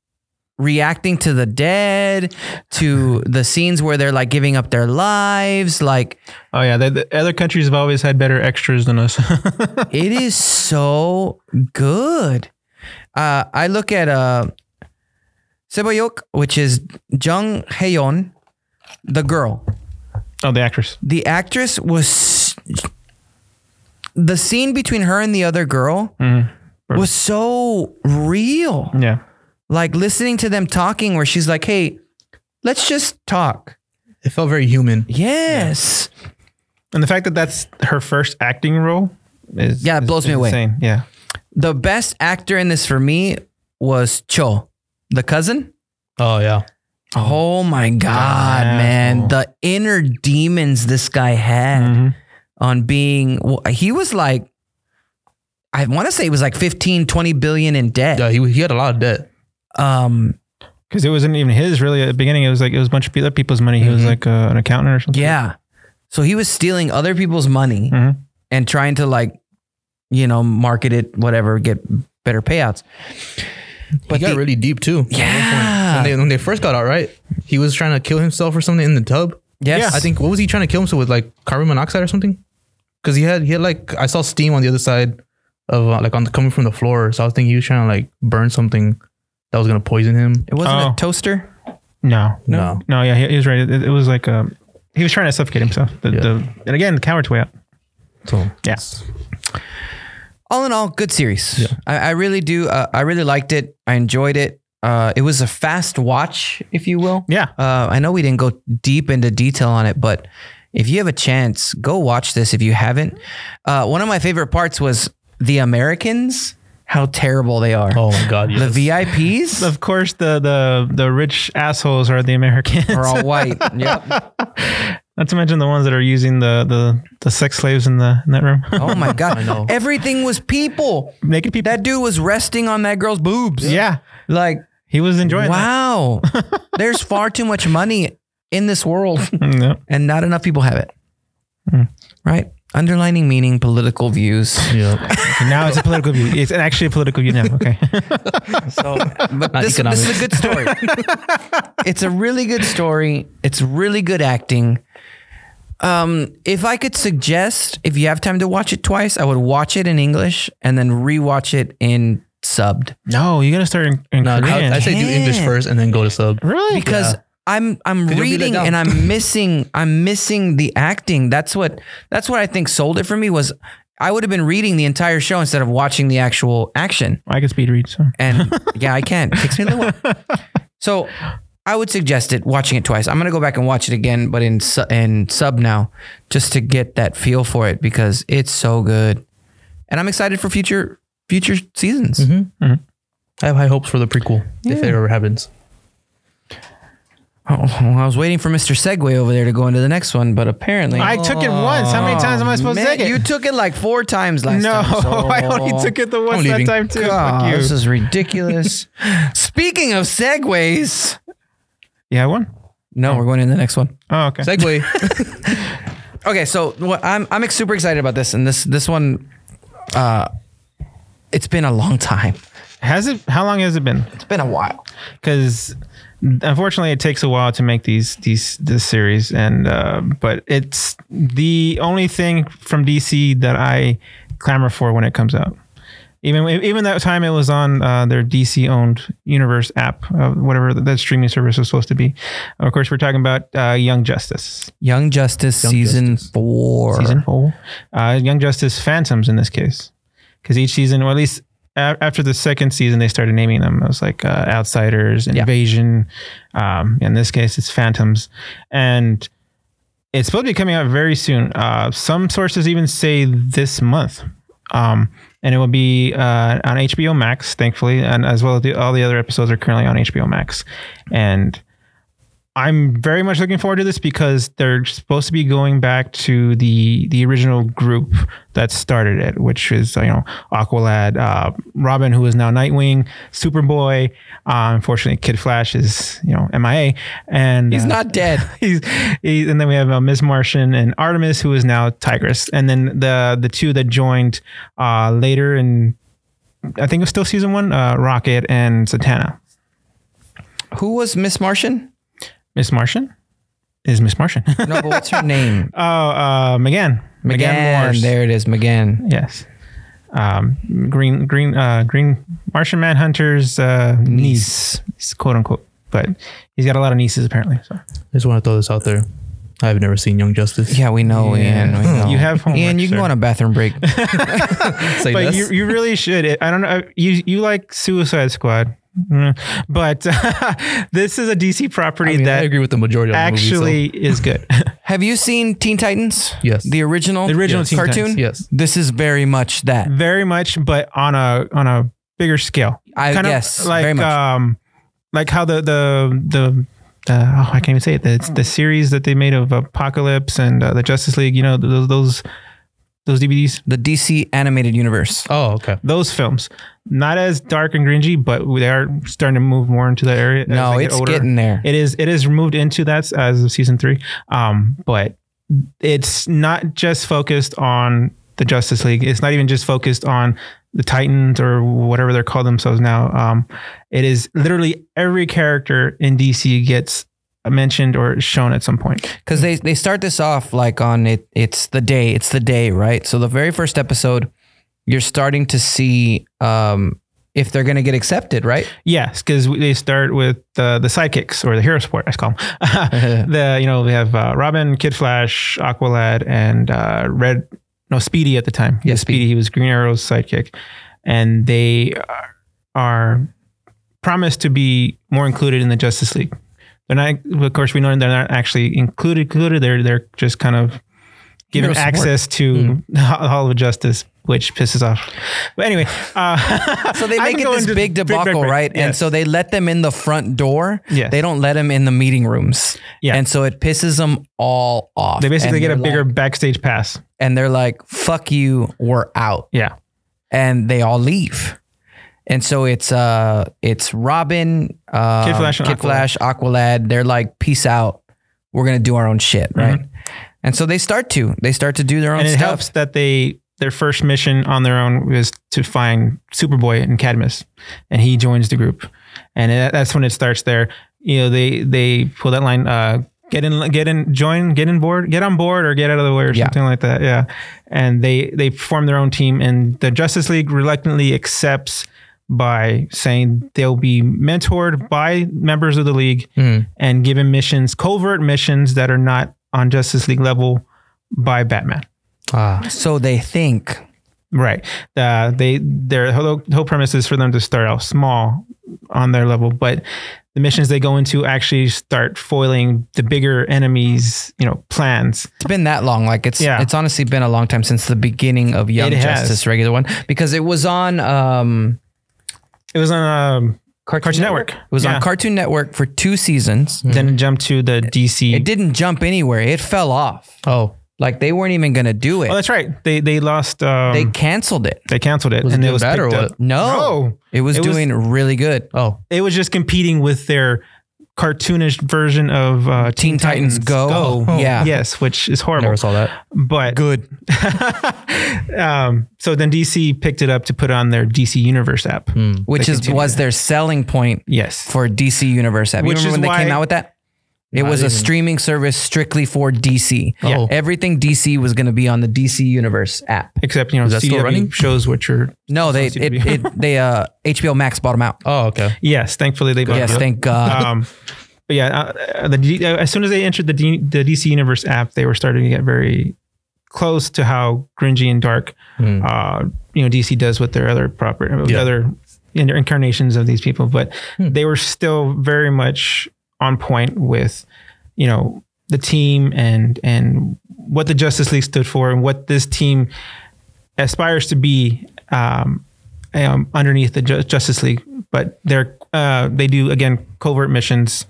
reacting to the dead, to the scenes where they're like giving up their lives. Like oh yeah, the, the other countries have always had better extras than us. it is so good. Uh, I look at uh, Seboyok, which is Jung Heyon, the girl. oh, the actress. The actress was the scene between her and the other girl was so real. Mm-hmm, Yeah. Like listening to them talking, where she's like, "Hey, let's just talk." It felt very human. Yes. And the fact that that's her first acting role is Yeah, it is- blows is me away. Insane. Yeah. The best actor in this for me was Cho, the cousin. Oh yeah. Oh my God, man. The inner demons this guy had Mhm. on being, he was like, I want to say he was like 15, 20 billion in debt. Yeah, he, he had a lot of debt. Um, Because it wasn't even his really at the beginning. It was like it was a bunch of other people's money. He was like uh, an accountant or something. Mm-hmm. yeah. So he was stealing other people's money Mhm. and trying to like, you know, market it, whatever, get better payouts. But he got the- really deep too. at one point. Yeah. When they, when they first got out, right? He was trying to kill himself or something in the tub. Yes. I think what was he trying to kill himself with, like carbon monoxide or something? Because he had he had like I saw steam on the other side of uh, like on the, coming from the floor. So I was thinking he was trying to like burn something that was gonna poison him. It wasn't Oh. a toaster. No. No. No. Yeah. He, he was right. It, it was like um, he was trying to suffocate himself. The, Yeah. the, and again, the coward's way out. So Yeah. all in all, good series. I, I really do. Uh, I really liked it. I enjoyed it. Uh, it was a fast watch, if you will. Yeah. Uh, I know we didn't go deep into detail on it, but if you have a chance, go watch this if you haven't. Uh, one of my favorite parts was the Americans, how terrible they are. Oh my god. the Yes. VIPs Of course, the the the rich assholes are the Americans. are all white. Yep. Not to mention the ones that are using the the, the sex slaves in the in that room. Oh my God. I know. Everything was people. Naked people. That dude was resting on that girl's boobs. yeah. Like, He was enjoying. wow. There's far too much money in this world. That. No. and not enough people have it. Hmm. Right? Underlining meaning, political views. Yeah. Now it's a political view. It's actually a political view now. Okay. So, but Not this, this is a good story. it's a really good story. It's really good acting. Um, if I could suggest, if you have time to watch it twice, I would watch it in English and then rewatch it in subbed no, you gotta start in, in No, I, Korean. I say do English Damn. first and then go to sub. really? because I'm I'm you'll be let reading down. and I'm missing I'm missing the acting. That's what that's what I think sold it for me was I would have been reading the entire show instead of watching the actual action. I can speed read, so And yeah, I can. Takes me a little while. So I would suggest it watching it twice. I'm gonna go back and watch it again, but in su- in sub now, just to get that feel for it because it's so good, and I'm excited for future future seasons. Mm-hmm. I have high hopes for the prequel if it ever happens. Oh, well, I was waiting for Mr. Segway over there to go into the next one, but apparently Oh, I took it once. How many times am I supposed Man, to take it? You took it like four times last no, time. so- I only took it the once that leaving. time too. God, Fuck you. This is ridiculous. Speaking of segways, yeah, I won. no, we're going into the next one. Oh, okay. Segway. Okay, so what, I'm I'm ex- super excited about this, and this this one, uh, it's been a long time. Has it? How long has it been? It's been a while. because unfortunately it takes a while to make these these this series and uh, but it's the only thing from DC that I clamor for when it comes out. Even even that time it was on uh, their DC owned universe app, uh, whatever that streaming service was supposed to be. Of course, we're talking about uh, Young Justice Young Justice season four. season four, uh, Young Justice Phantoms in this case, because each season, or at least a- after the second season, they started naming them. It was like uh, Outsiders, Invasion. Um, in this case, it's Phantoms, and it's supposed to be coming out very soon. Uh, some sources even say this month. Um, and it will be uh, on HBO Max, thankfully, and as well as the, all the other episodes are currently on HBO Max. And I'm very much looking forward to this because they're supposed to be going back to the the original group that started it, which is you know Aqualad, uh, Robin, who is now Nightwing, Superboy. Uh, unfortunately, Kid Flash is you know MIA, and He's uh, not dead. he's, he, and then we have uh, Ms. Martian and Artemis, who is now Tigress, and then the the two that joined uh, later in I think it was still season one, uh, Rocket and Satana. Who was Miss Martian? Miss Martian is Miss Martian. oh, No, but what's her name? uh, McGann. McGann. Morse. There it is, McGann. Yes. Um, green, green, uh, green Martian Manhunter's uh, niece, quote unquote. But he's got a lot of nieces apparently. So I just want to throw this out there. I've never seen Young Justice. Yeah, we know, Ian. We know. You have homework, Ian, you can sir. go on a bathroom break. Say but this. you, you really should. It- I don't know. You you like Suicide Squad, Mm. but this is a DC property I, mean, I that agree with the majority of the movie, actually is good. Have you seen Teen Titans? Yes. The original? The original Yes. Mm. Teen cartoon? Titans, yes. This is very much that. very much, but on a on a bigger scale. I- Uh, yes, like very much. um, like how the the the. Uh, oh, I can't even say it. It's the series that they made of Apocalypse and uh, the Justice League. You know th- those those those DVDs, The DC animated universe. so. Oh, okay. those films. Not as dark and gringy, but they are starting to move more into that area. as No, they get it's older. getting there. It is it is moved into that as of season three, um, but it's not just focused on the Justice League. It's not even just focused on the Titans or whatever they're called themselves now. Um, it is literally every character in DC gets mentioned or shown at some point. Because they, they start this off like on it it's the day, it's the day, right? So the very first episode, you're starting to see um if they're gonna get accepted, right? Yes, because they start with the the sidekicks or the hero support, I call them. the you know we have uh, Robin, Kid Flash, Aqualad, and uh, Red. No, Speedy at the time. Yeah, Speedy. He was Green Arrow's sidekick, and they are, are promised to be more included in the Justice League. They're not, of course, we know they're not actually included. Included. They're they're just kind of given Hero support. Hmm. access to the Hall of Justice, which pisses off. But anyway, uh, So they I can make it go this into big debacle, break. right? And Yes. so they let them in the front door. Yes. They don't let them in the meeting rooms. Yeah. And so it pisses them all off. They basically And get a they're bigger like- backstage pass. and they're like, fuck you, we're out. Yeah. and they all leave. And so it's uh it's Robin, uh, Kid Flash and Kid Aqualad. Flash, Aqualad. They're like, peace out. We're gonna do our own shit, right? And so they start to they start to do their own Mm-hmm. And it stuff. helps that they their first mission on their own was to find Superboy and Cadmus, and he joins the group, and it, that's when it starts. There, you know, they they pull that line. Uh, Get in, get in, join, get in board, get on board, or get out of the way, or Yeah. something like that. Yeah, and they they form their own team, and the Justice League reluctantly accepts by saying they'll be mentored by members of the league Hmm. and given missions, covert missions that are not on Justice League level by Batman. Ah, So they think. Right. Uh, they their whole, whole premise is for them to start out small on their level, but the missions they go into actually start foiling the bigger enemies, you know, plans. It's been that long. Like it's Yeah. it's honestly been a long time since the beginning of Young It has. Justice regular one because it was on um It was on um, Cartoon, Network. It was Yeah. Mm-hmm. on Cartoon Network for two seasons. Then it jumped to the DC. Mm-hmm. It didn't jump anywhere. It fell off. oh, Like they weren't even gonna do it. Oh, that's right. They they lost. Um, they they canceled it. canceled it, Was it and it doing was bad picked or up. what? No. No. It was It was- doing really good. oh, It was just competing with their cartoonish version of uh, Teen Titans, Go. Yeah. Yes, which is I horrible. never saw that. But Good. um, so then DC picked it up to put on their DC Universe app. Hmm. Which They is continue was their selling point Yes. for DC Universe app. You Which remember is when they why- came out with that? It was a streaming service strictly for DC. Yeah. Everything DC was going to be on the DC Universe app. Except you know, that still CW running? shows what you're. No, they Supposed to it, be. it they uh HBO Max bought them out. Oh, okay. Yes, thankfully they. yes, thank God. Um, but yeah, uh, the D, uh, as soon as they entered the, D, the DC Universe app, they were starting to get very close to how gringy and dark, uh, you know, DC does with their other proper, with Yeah. other in- incarnations of these people. But they were still very much on point with, you know, the team and and what the Justice League stood for and what this team aspires to be um, um, underneath the Ju- Justice League, but they're uh, they do again covert missions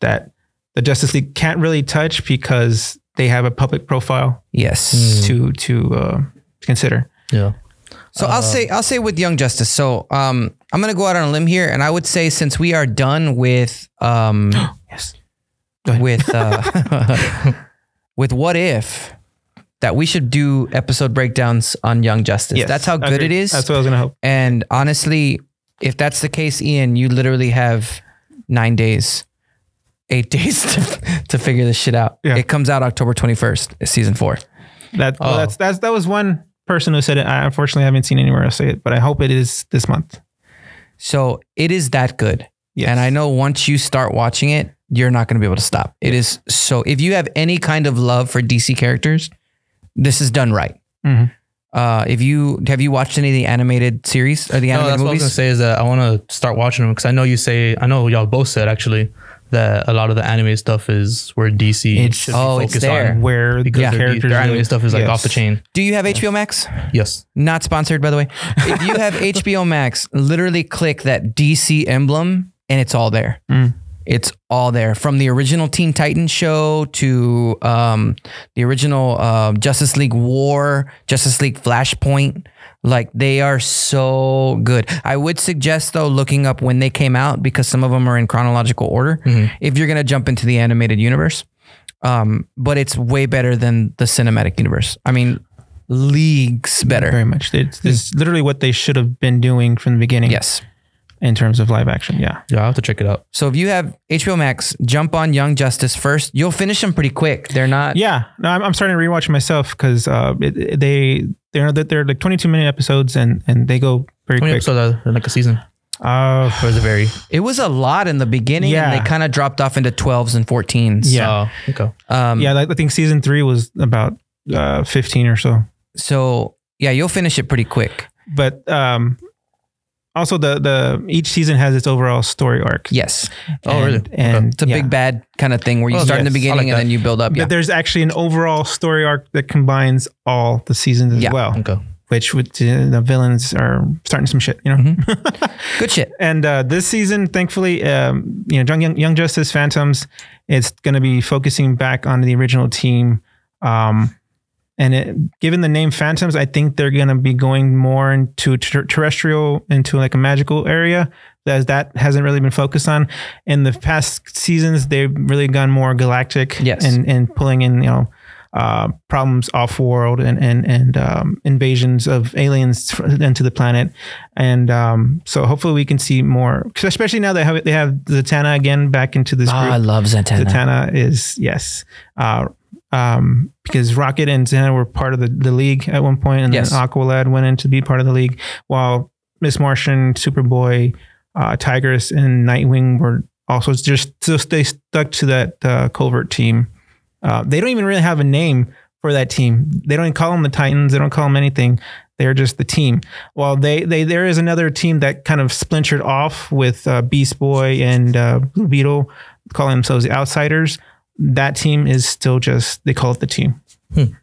that the Justice League can't really touch because they have a public profile yes. to to uh, consider. Yeah. So I'll say I'll say with Young Justice. So um I'm going to go out on a limb here and I would say since we are done with um Yes. with uh with what if that we should do episode breakdowns on Young Justice. Yes. That's how good Agreed. it is. That's what I was gonna hope. And honestly, if that's the case, Ian, you literally have nine days, eight days to, to figure this shit out. Yeah. It comes out October 21st, season four. That well, Oh. that's that's that was one person who said it. I unfortunately haven't seen anywhere else say it, but I hope it is this month. So it is that good. Yes. And I know once you start watching it, you're not going to be able to stop. It is so, if you have any kind of love for DC characters, this is done right. Mhm. Uh, if you have you watched any of the animated series or the No, animated that's what I was movies? gonna say is that I want to start watching them because I know you say I know y'all both said actually that a lot of the anime stuff is where DC It's- should be oh, it's focused there. on where the because their- characters their anime live. stuff is like Yes. off the chain. Do you have HBO Max? Yes. Not sponsored, by the way. If you have HBO Max, literally click that DC emblem and it's all there. Mm. It's all there from the original Teen Titans show to um, the original uh, Justice League War, Justice League Flashpoint. Like they are so good. I would suggest though looking up when they came out because some of them are in chronological order. If you're gonna jump into the animated universe, um, but it's way better than the cinematic universe. I mean, leagues better. Very much. It's, it's Hmm. literally what they should have been doing from the beginning. Yes. In terms of live action. Yeah. Yeah, I have to check it out. So if you have HBO Max, jump on Young Justice first. You'll finish them pretty quick. They're not. Yeah, no, I'm, I'm starting to rewatch it myself because uh, it- it- they they're they're like 22 minute episodes and and they go very How many quick. episodes are there in like a season? Uh, Or is it vary? It was a lot in the beginning, Yeah. and they kind of dropped off into twelves and fourteens. Yeah. Oh, okay. Um, yeah, like, I think season three was about uh, 15 or so. So yeah, you'll finish it pretty quick. But um, also the the each season has its overall story arc. Yes, Oh, And- really? And Uh, it's a yeah. big bad kind of thing where you Oh, start in yes. the I beginning like and then that. you build up. But Yeah. there's actually an overall story arc that combines all the seasons as Yeah. well, Okay. which with the, the villains are starting some shit, you know. Good shit. And uh, this season, thankfully, um, you know, Young, Young Justice Phantoms, it's going to be focusing back on the original team. Um, and it, given the name Phantoms, I think they're going to be going more into ter- terrestrial, into like a magical area that that hasn't really been focused on. In the past seasons, they've really gone more galactic Yes. and and pulling in you know. Uh, problems off world and and and um, invasions of aliens fr- into the planet, and um, so hopefully we can see more. Especially now they have they have Zatanna again back into this Oh, group. I love Zatanna. Zatanna is yes, uh, um, because Rocket and Zatanna were part of the, the league at one point, and Yes. then Aqualad went in to be part of the league, while Miss Martian, Superboy, uh, Tigress, and Nightwing were also just just they stuck to that uh, covert team. Uh, they don't even really have a name for that team. They don't even call them the Titans. They don't call them anything. They're just the team. Well, they they there is another team that kind of splintered off with uh, Beast Boy and uh, Blue Beetle, calling themselves the Outsiders. That team is still just they call it the team, Hmm.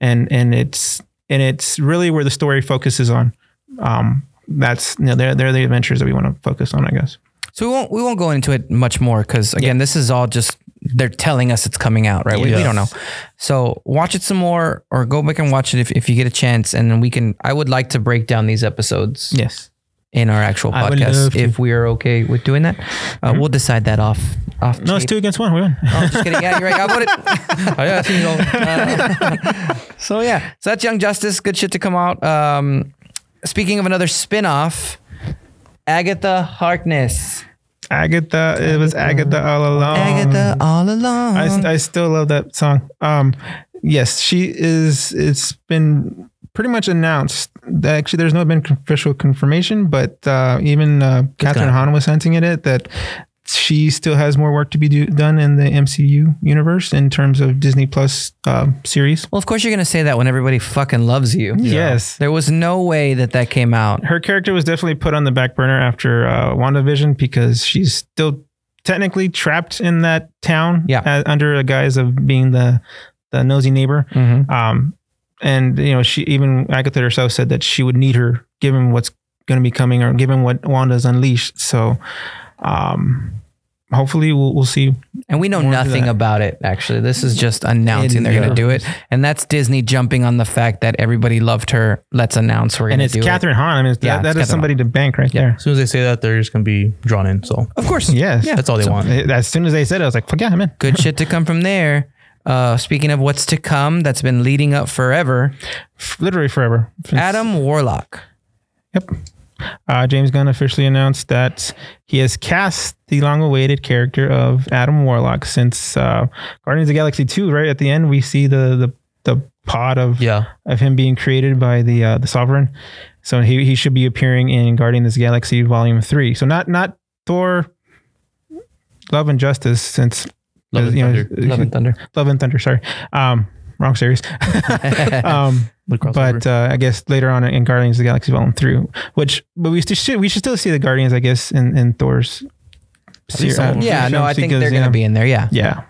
and and it's and it's really where the story focuses on. Um, that's you know, they're they're the adventures that we want to focus on, I guess. So we won't we won't go into it much more because again, this is all just they're telling us it's coming out, right? We, we Yes. don't know. So watch it some more, or go back and watch it if, if you get a chance, and then we can. I would like to break down these episodes Yes. in our actual I would love podcast to. Hmm? if we are okay with doing that. Uh, We'll decide that off off. No, it's tape. two against one. We win. Oh, I'm just kidding. Yeah, you're right. I would. Oh, yeah, I think y'all- Uh, So yeah, so that's Young Justice. Good shit to come out. Um, speaking of another spin-off, Agatha Harkness. Agatha. It was Agatha all along. Agatha all along. I, st- I still love that song. Um, yes, she is. It's been pretty much announced. Actually, there's not been official confirmation, but uh, even uh, Catherine gonna Hahn was hinting at it that she still has more work to be do- done in the MCU universe in terms of Disney Plus um series. well, of course you're gonna say that when everybody fucking loves you. Yes. There was no way that that came out. Her character was definitely put on the back burner after uh, WandaVision because she's still technically trapped in that town Yeah. uh, under a guise of being the, the nosy neighbor. Um, and you know, she even Agatha herself said that she would need her given what's going to be coming or given what Wanda's unleashed. So, um, hopefully we'll, we'll see. And we know More to nothing that. about it, actually. This is just announcing they're Yeah. going to do it. And that's Disney jumping on the fact that everybody loved her. Let's announce we're And going to it's do Catherine Hahn. I mean, Yeah, that, that it's is somebody to bank right there. as soon as they say that, they're just gonna be drawn in. So it. Of course. Yes. that's all they want. As soon as they said it, I was like, fuck yeah, I'm in. Good shit to come from there. Uh, speaking of what's to come, that's been leading up forever. F- Literally forever. Since- Adam Warlock. Yep. Uh, James Gunn officially announced that he has cast the long-awaited character of Adam Warlock since uh, Guardians of the Galaxy 2. Right at the end, we see the the, the pod of Yeah. of him being created by the uh, the Sovereign. So he he should be appearing in Guardians of the Galaxy Volume Three. So not not Thor, Love and Justice, since Love and you know, Thunder. Love and Thunder. Love and Thunder. Sorry, um, wrong series. um, The crossover. but uh, I guess later on in Guardians of the Galaxy Volume Three, which but we still should we should still see the Guardians, I guess, in in Thor's. least ser- some of them. uh, Yeah, no, I think because, they're yeah. going to be in there. Yeah. Yeah,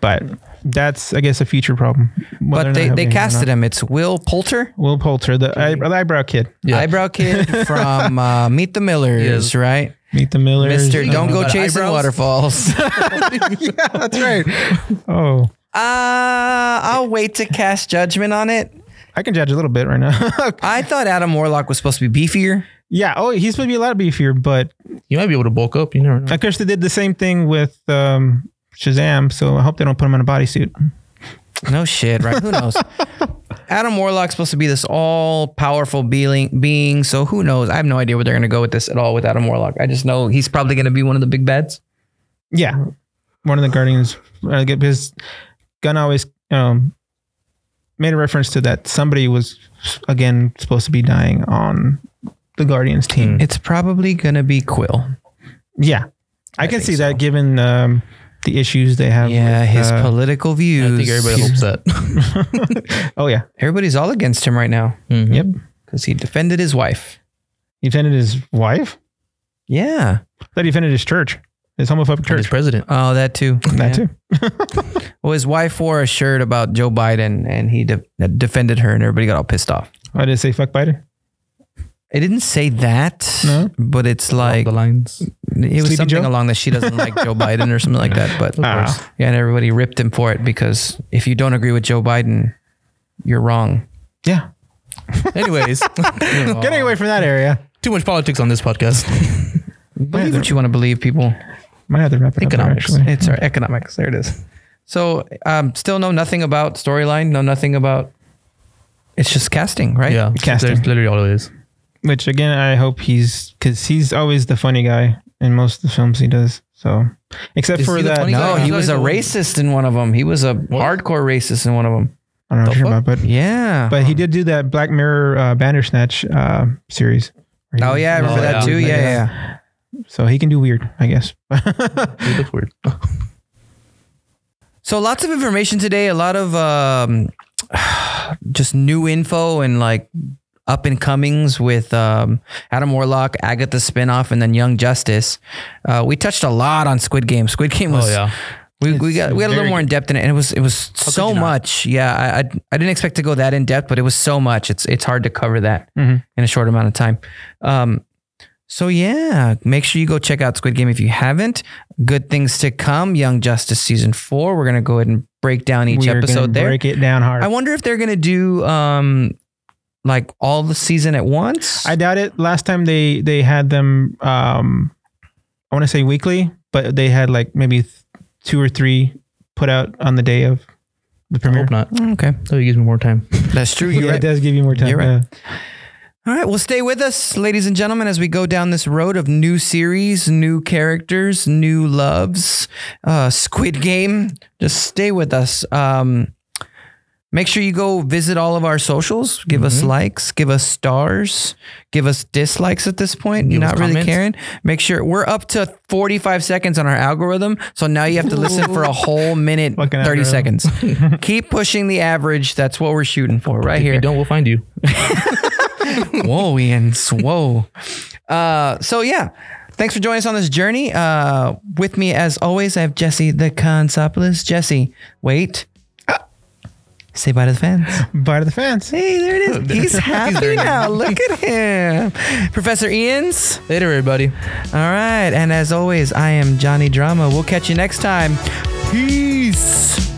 but that's I guess a future problem. But they, they casted him. It's Will Poulter, Will Poulter, the eyebrow, eyebrow kid, Yeah. eyebrow kid from uh, Meet the Millers, right? meet the Millers. Mister, you don't know go about chasing eyebrows? waterfalls. uh, That's right. Oh, I'll wait to cast judgment on it. I can judge a little bit right now. I thought Adam Warlock was supposed to be beefier. yeah. Oh, he's supposed to be a lot beefier, but you might be able to bulk up. You never know. of course they did the same thing with um, Shazam. So I hope they don't put him in a bodysuit. No shit, right? Who knows? Adam Warlock's supposed to be this all powerful being, being, so who knows? I have no idea where they're going to go with this at all with Adam Warlock. I just know he's probably going to be one of the big bads. Yeah, one of the Guardians. Uh, his gun always um, made a reference to that somebody was again supposed to be dying on the Guardians team. It's probably going to be Quill. Yeah, I, can think see so. that given um, the issues they have. Yeah, with, his uh, political views. I think everybody hopes that. oh yeah, Everybody's all against him right now Mhm. yep. because he defended his wife. He offended his wife. Yeah. I thought he offended his church, his homophobic And as church. president. Oh, that too. That Yeah. too. Well, his wife wore a shirt about Joe Biden and he de- defended her and everybody got all pissed off. I did it say fuck Biden. It didn't say that, No? but it's like the lines. it was Sleepy something Joe? along that she doesn't like Joe Biden or something like that. But Ah. course. yeah, and everybody ripped him for it because if you don't agree with Joe Biden, you're wrong. Yeah. Anyways, Getting away from that area. too much politics on this podcast. Believe what you want to believe, people. Might have to wrap it up there, Economics. actually. It's our economics. There it is. So um, still know nothing about storyline. Know nothing about. It's just casting, right? yeah, Casting. that's literally all it is. Which again, I hope he's because he's always the funny guy in most of the films he does. So, except Is for he the that, uh, funny No, guy? he was a racist in one of them. He was a hardcore racist in one of them. I don't know The what you're talking about, but Yeah. but he did do that Black Mirror uh, Bandersnatch uh, series Oh yeah, I remember Oh, that yeah. too. Yeah, Like, yeah. yeah. So he can do weird, I guess. It looks weird. So lots of information today, a lot of um, just new info and like up and comings with um, Adam Warlock, Agatha spinoff, and then Young Justice. Uh, we touched a lot on Squid Game. Squid Game was oh yeah. we, we got we got a little very more in depth in it, and it was it was so you not? much. Yeah, I, I I didn't expect to go that in depth, but it was so much. It's it's hard to cover that Mhm. in a short amount of time. Um, so yeah, make sure you go check out Squid Game if you haven't. Good things to come. Young Justice season four. We're gonna go ahead and break down each We are gonna episode there. Break it down hard. I I wonder if they're gonna do um like all the season at once. doubt it. Last time they they had them, um, I want to say weekly, but they had like maybe th- two or three put out on the day of the I premiere. hope not. okay, So it gives me more time. that's true. Yeah, It does give you more time. Oh, You're right. yeah. All right, well, stay with us, ladies and gentlemen, as we go down this road of new series, new characters, new loves, uh, Squid Game. Just stay with us. Um, make sure you go visit all of our socials. Give Mm-hmm. us likes, give us stars, give us dislikes at this point. Give us Not really comments. caring. Make sure we're up to 45 seconds on our algorithm. So now you have to listen for a whole minute, 30 Fucking algorithm. seconds. Keep pushing the average. That's what we're shooting for right If here. you don't, we'll find you. Whoa, Ian. Whoa. Uh, so yeah. Thanks for joining us on this journey. Uh, with me, as always, I have Jesse the Consopoulos. Jesse, wait. Say bye to the fans. Bye to the fans. Hey, there it is. He's happy now. Look at him. Professor Ian's. Later, everybody. All right. And as always, I am Johnny Drama. We'll catch you next time. Peace.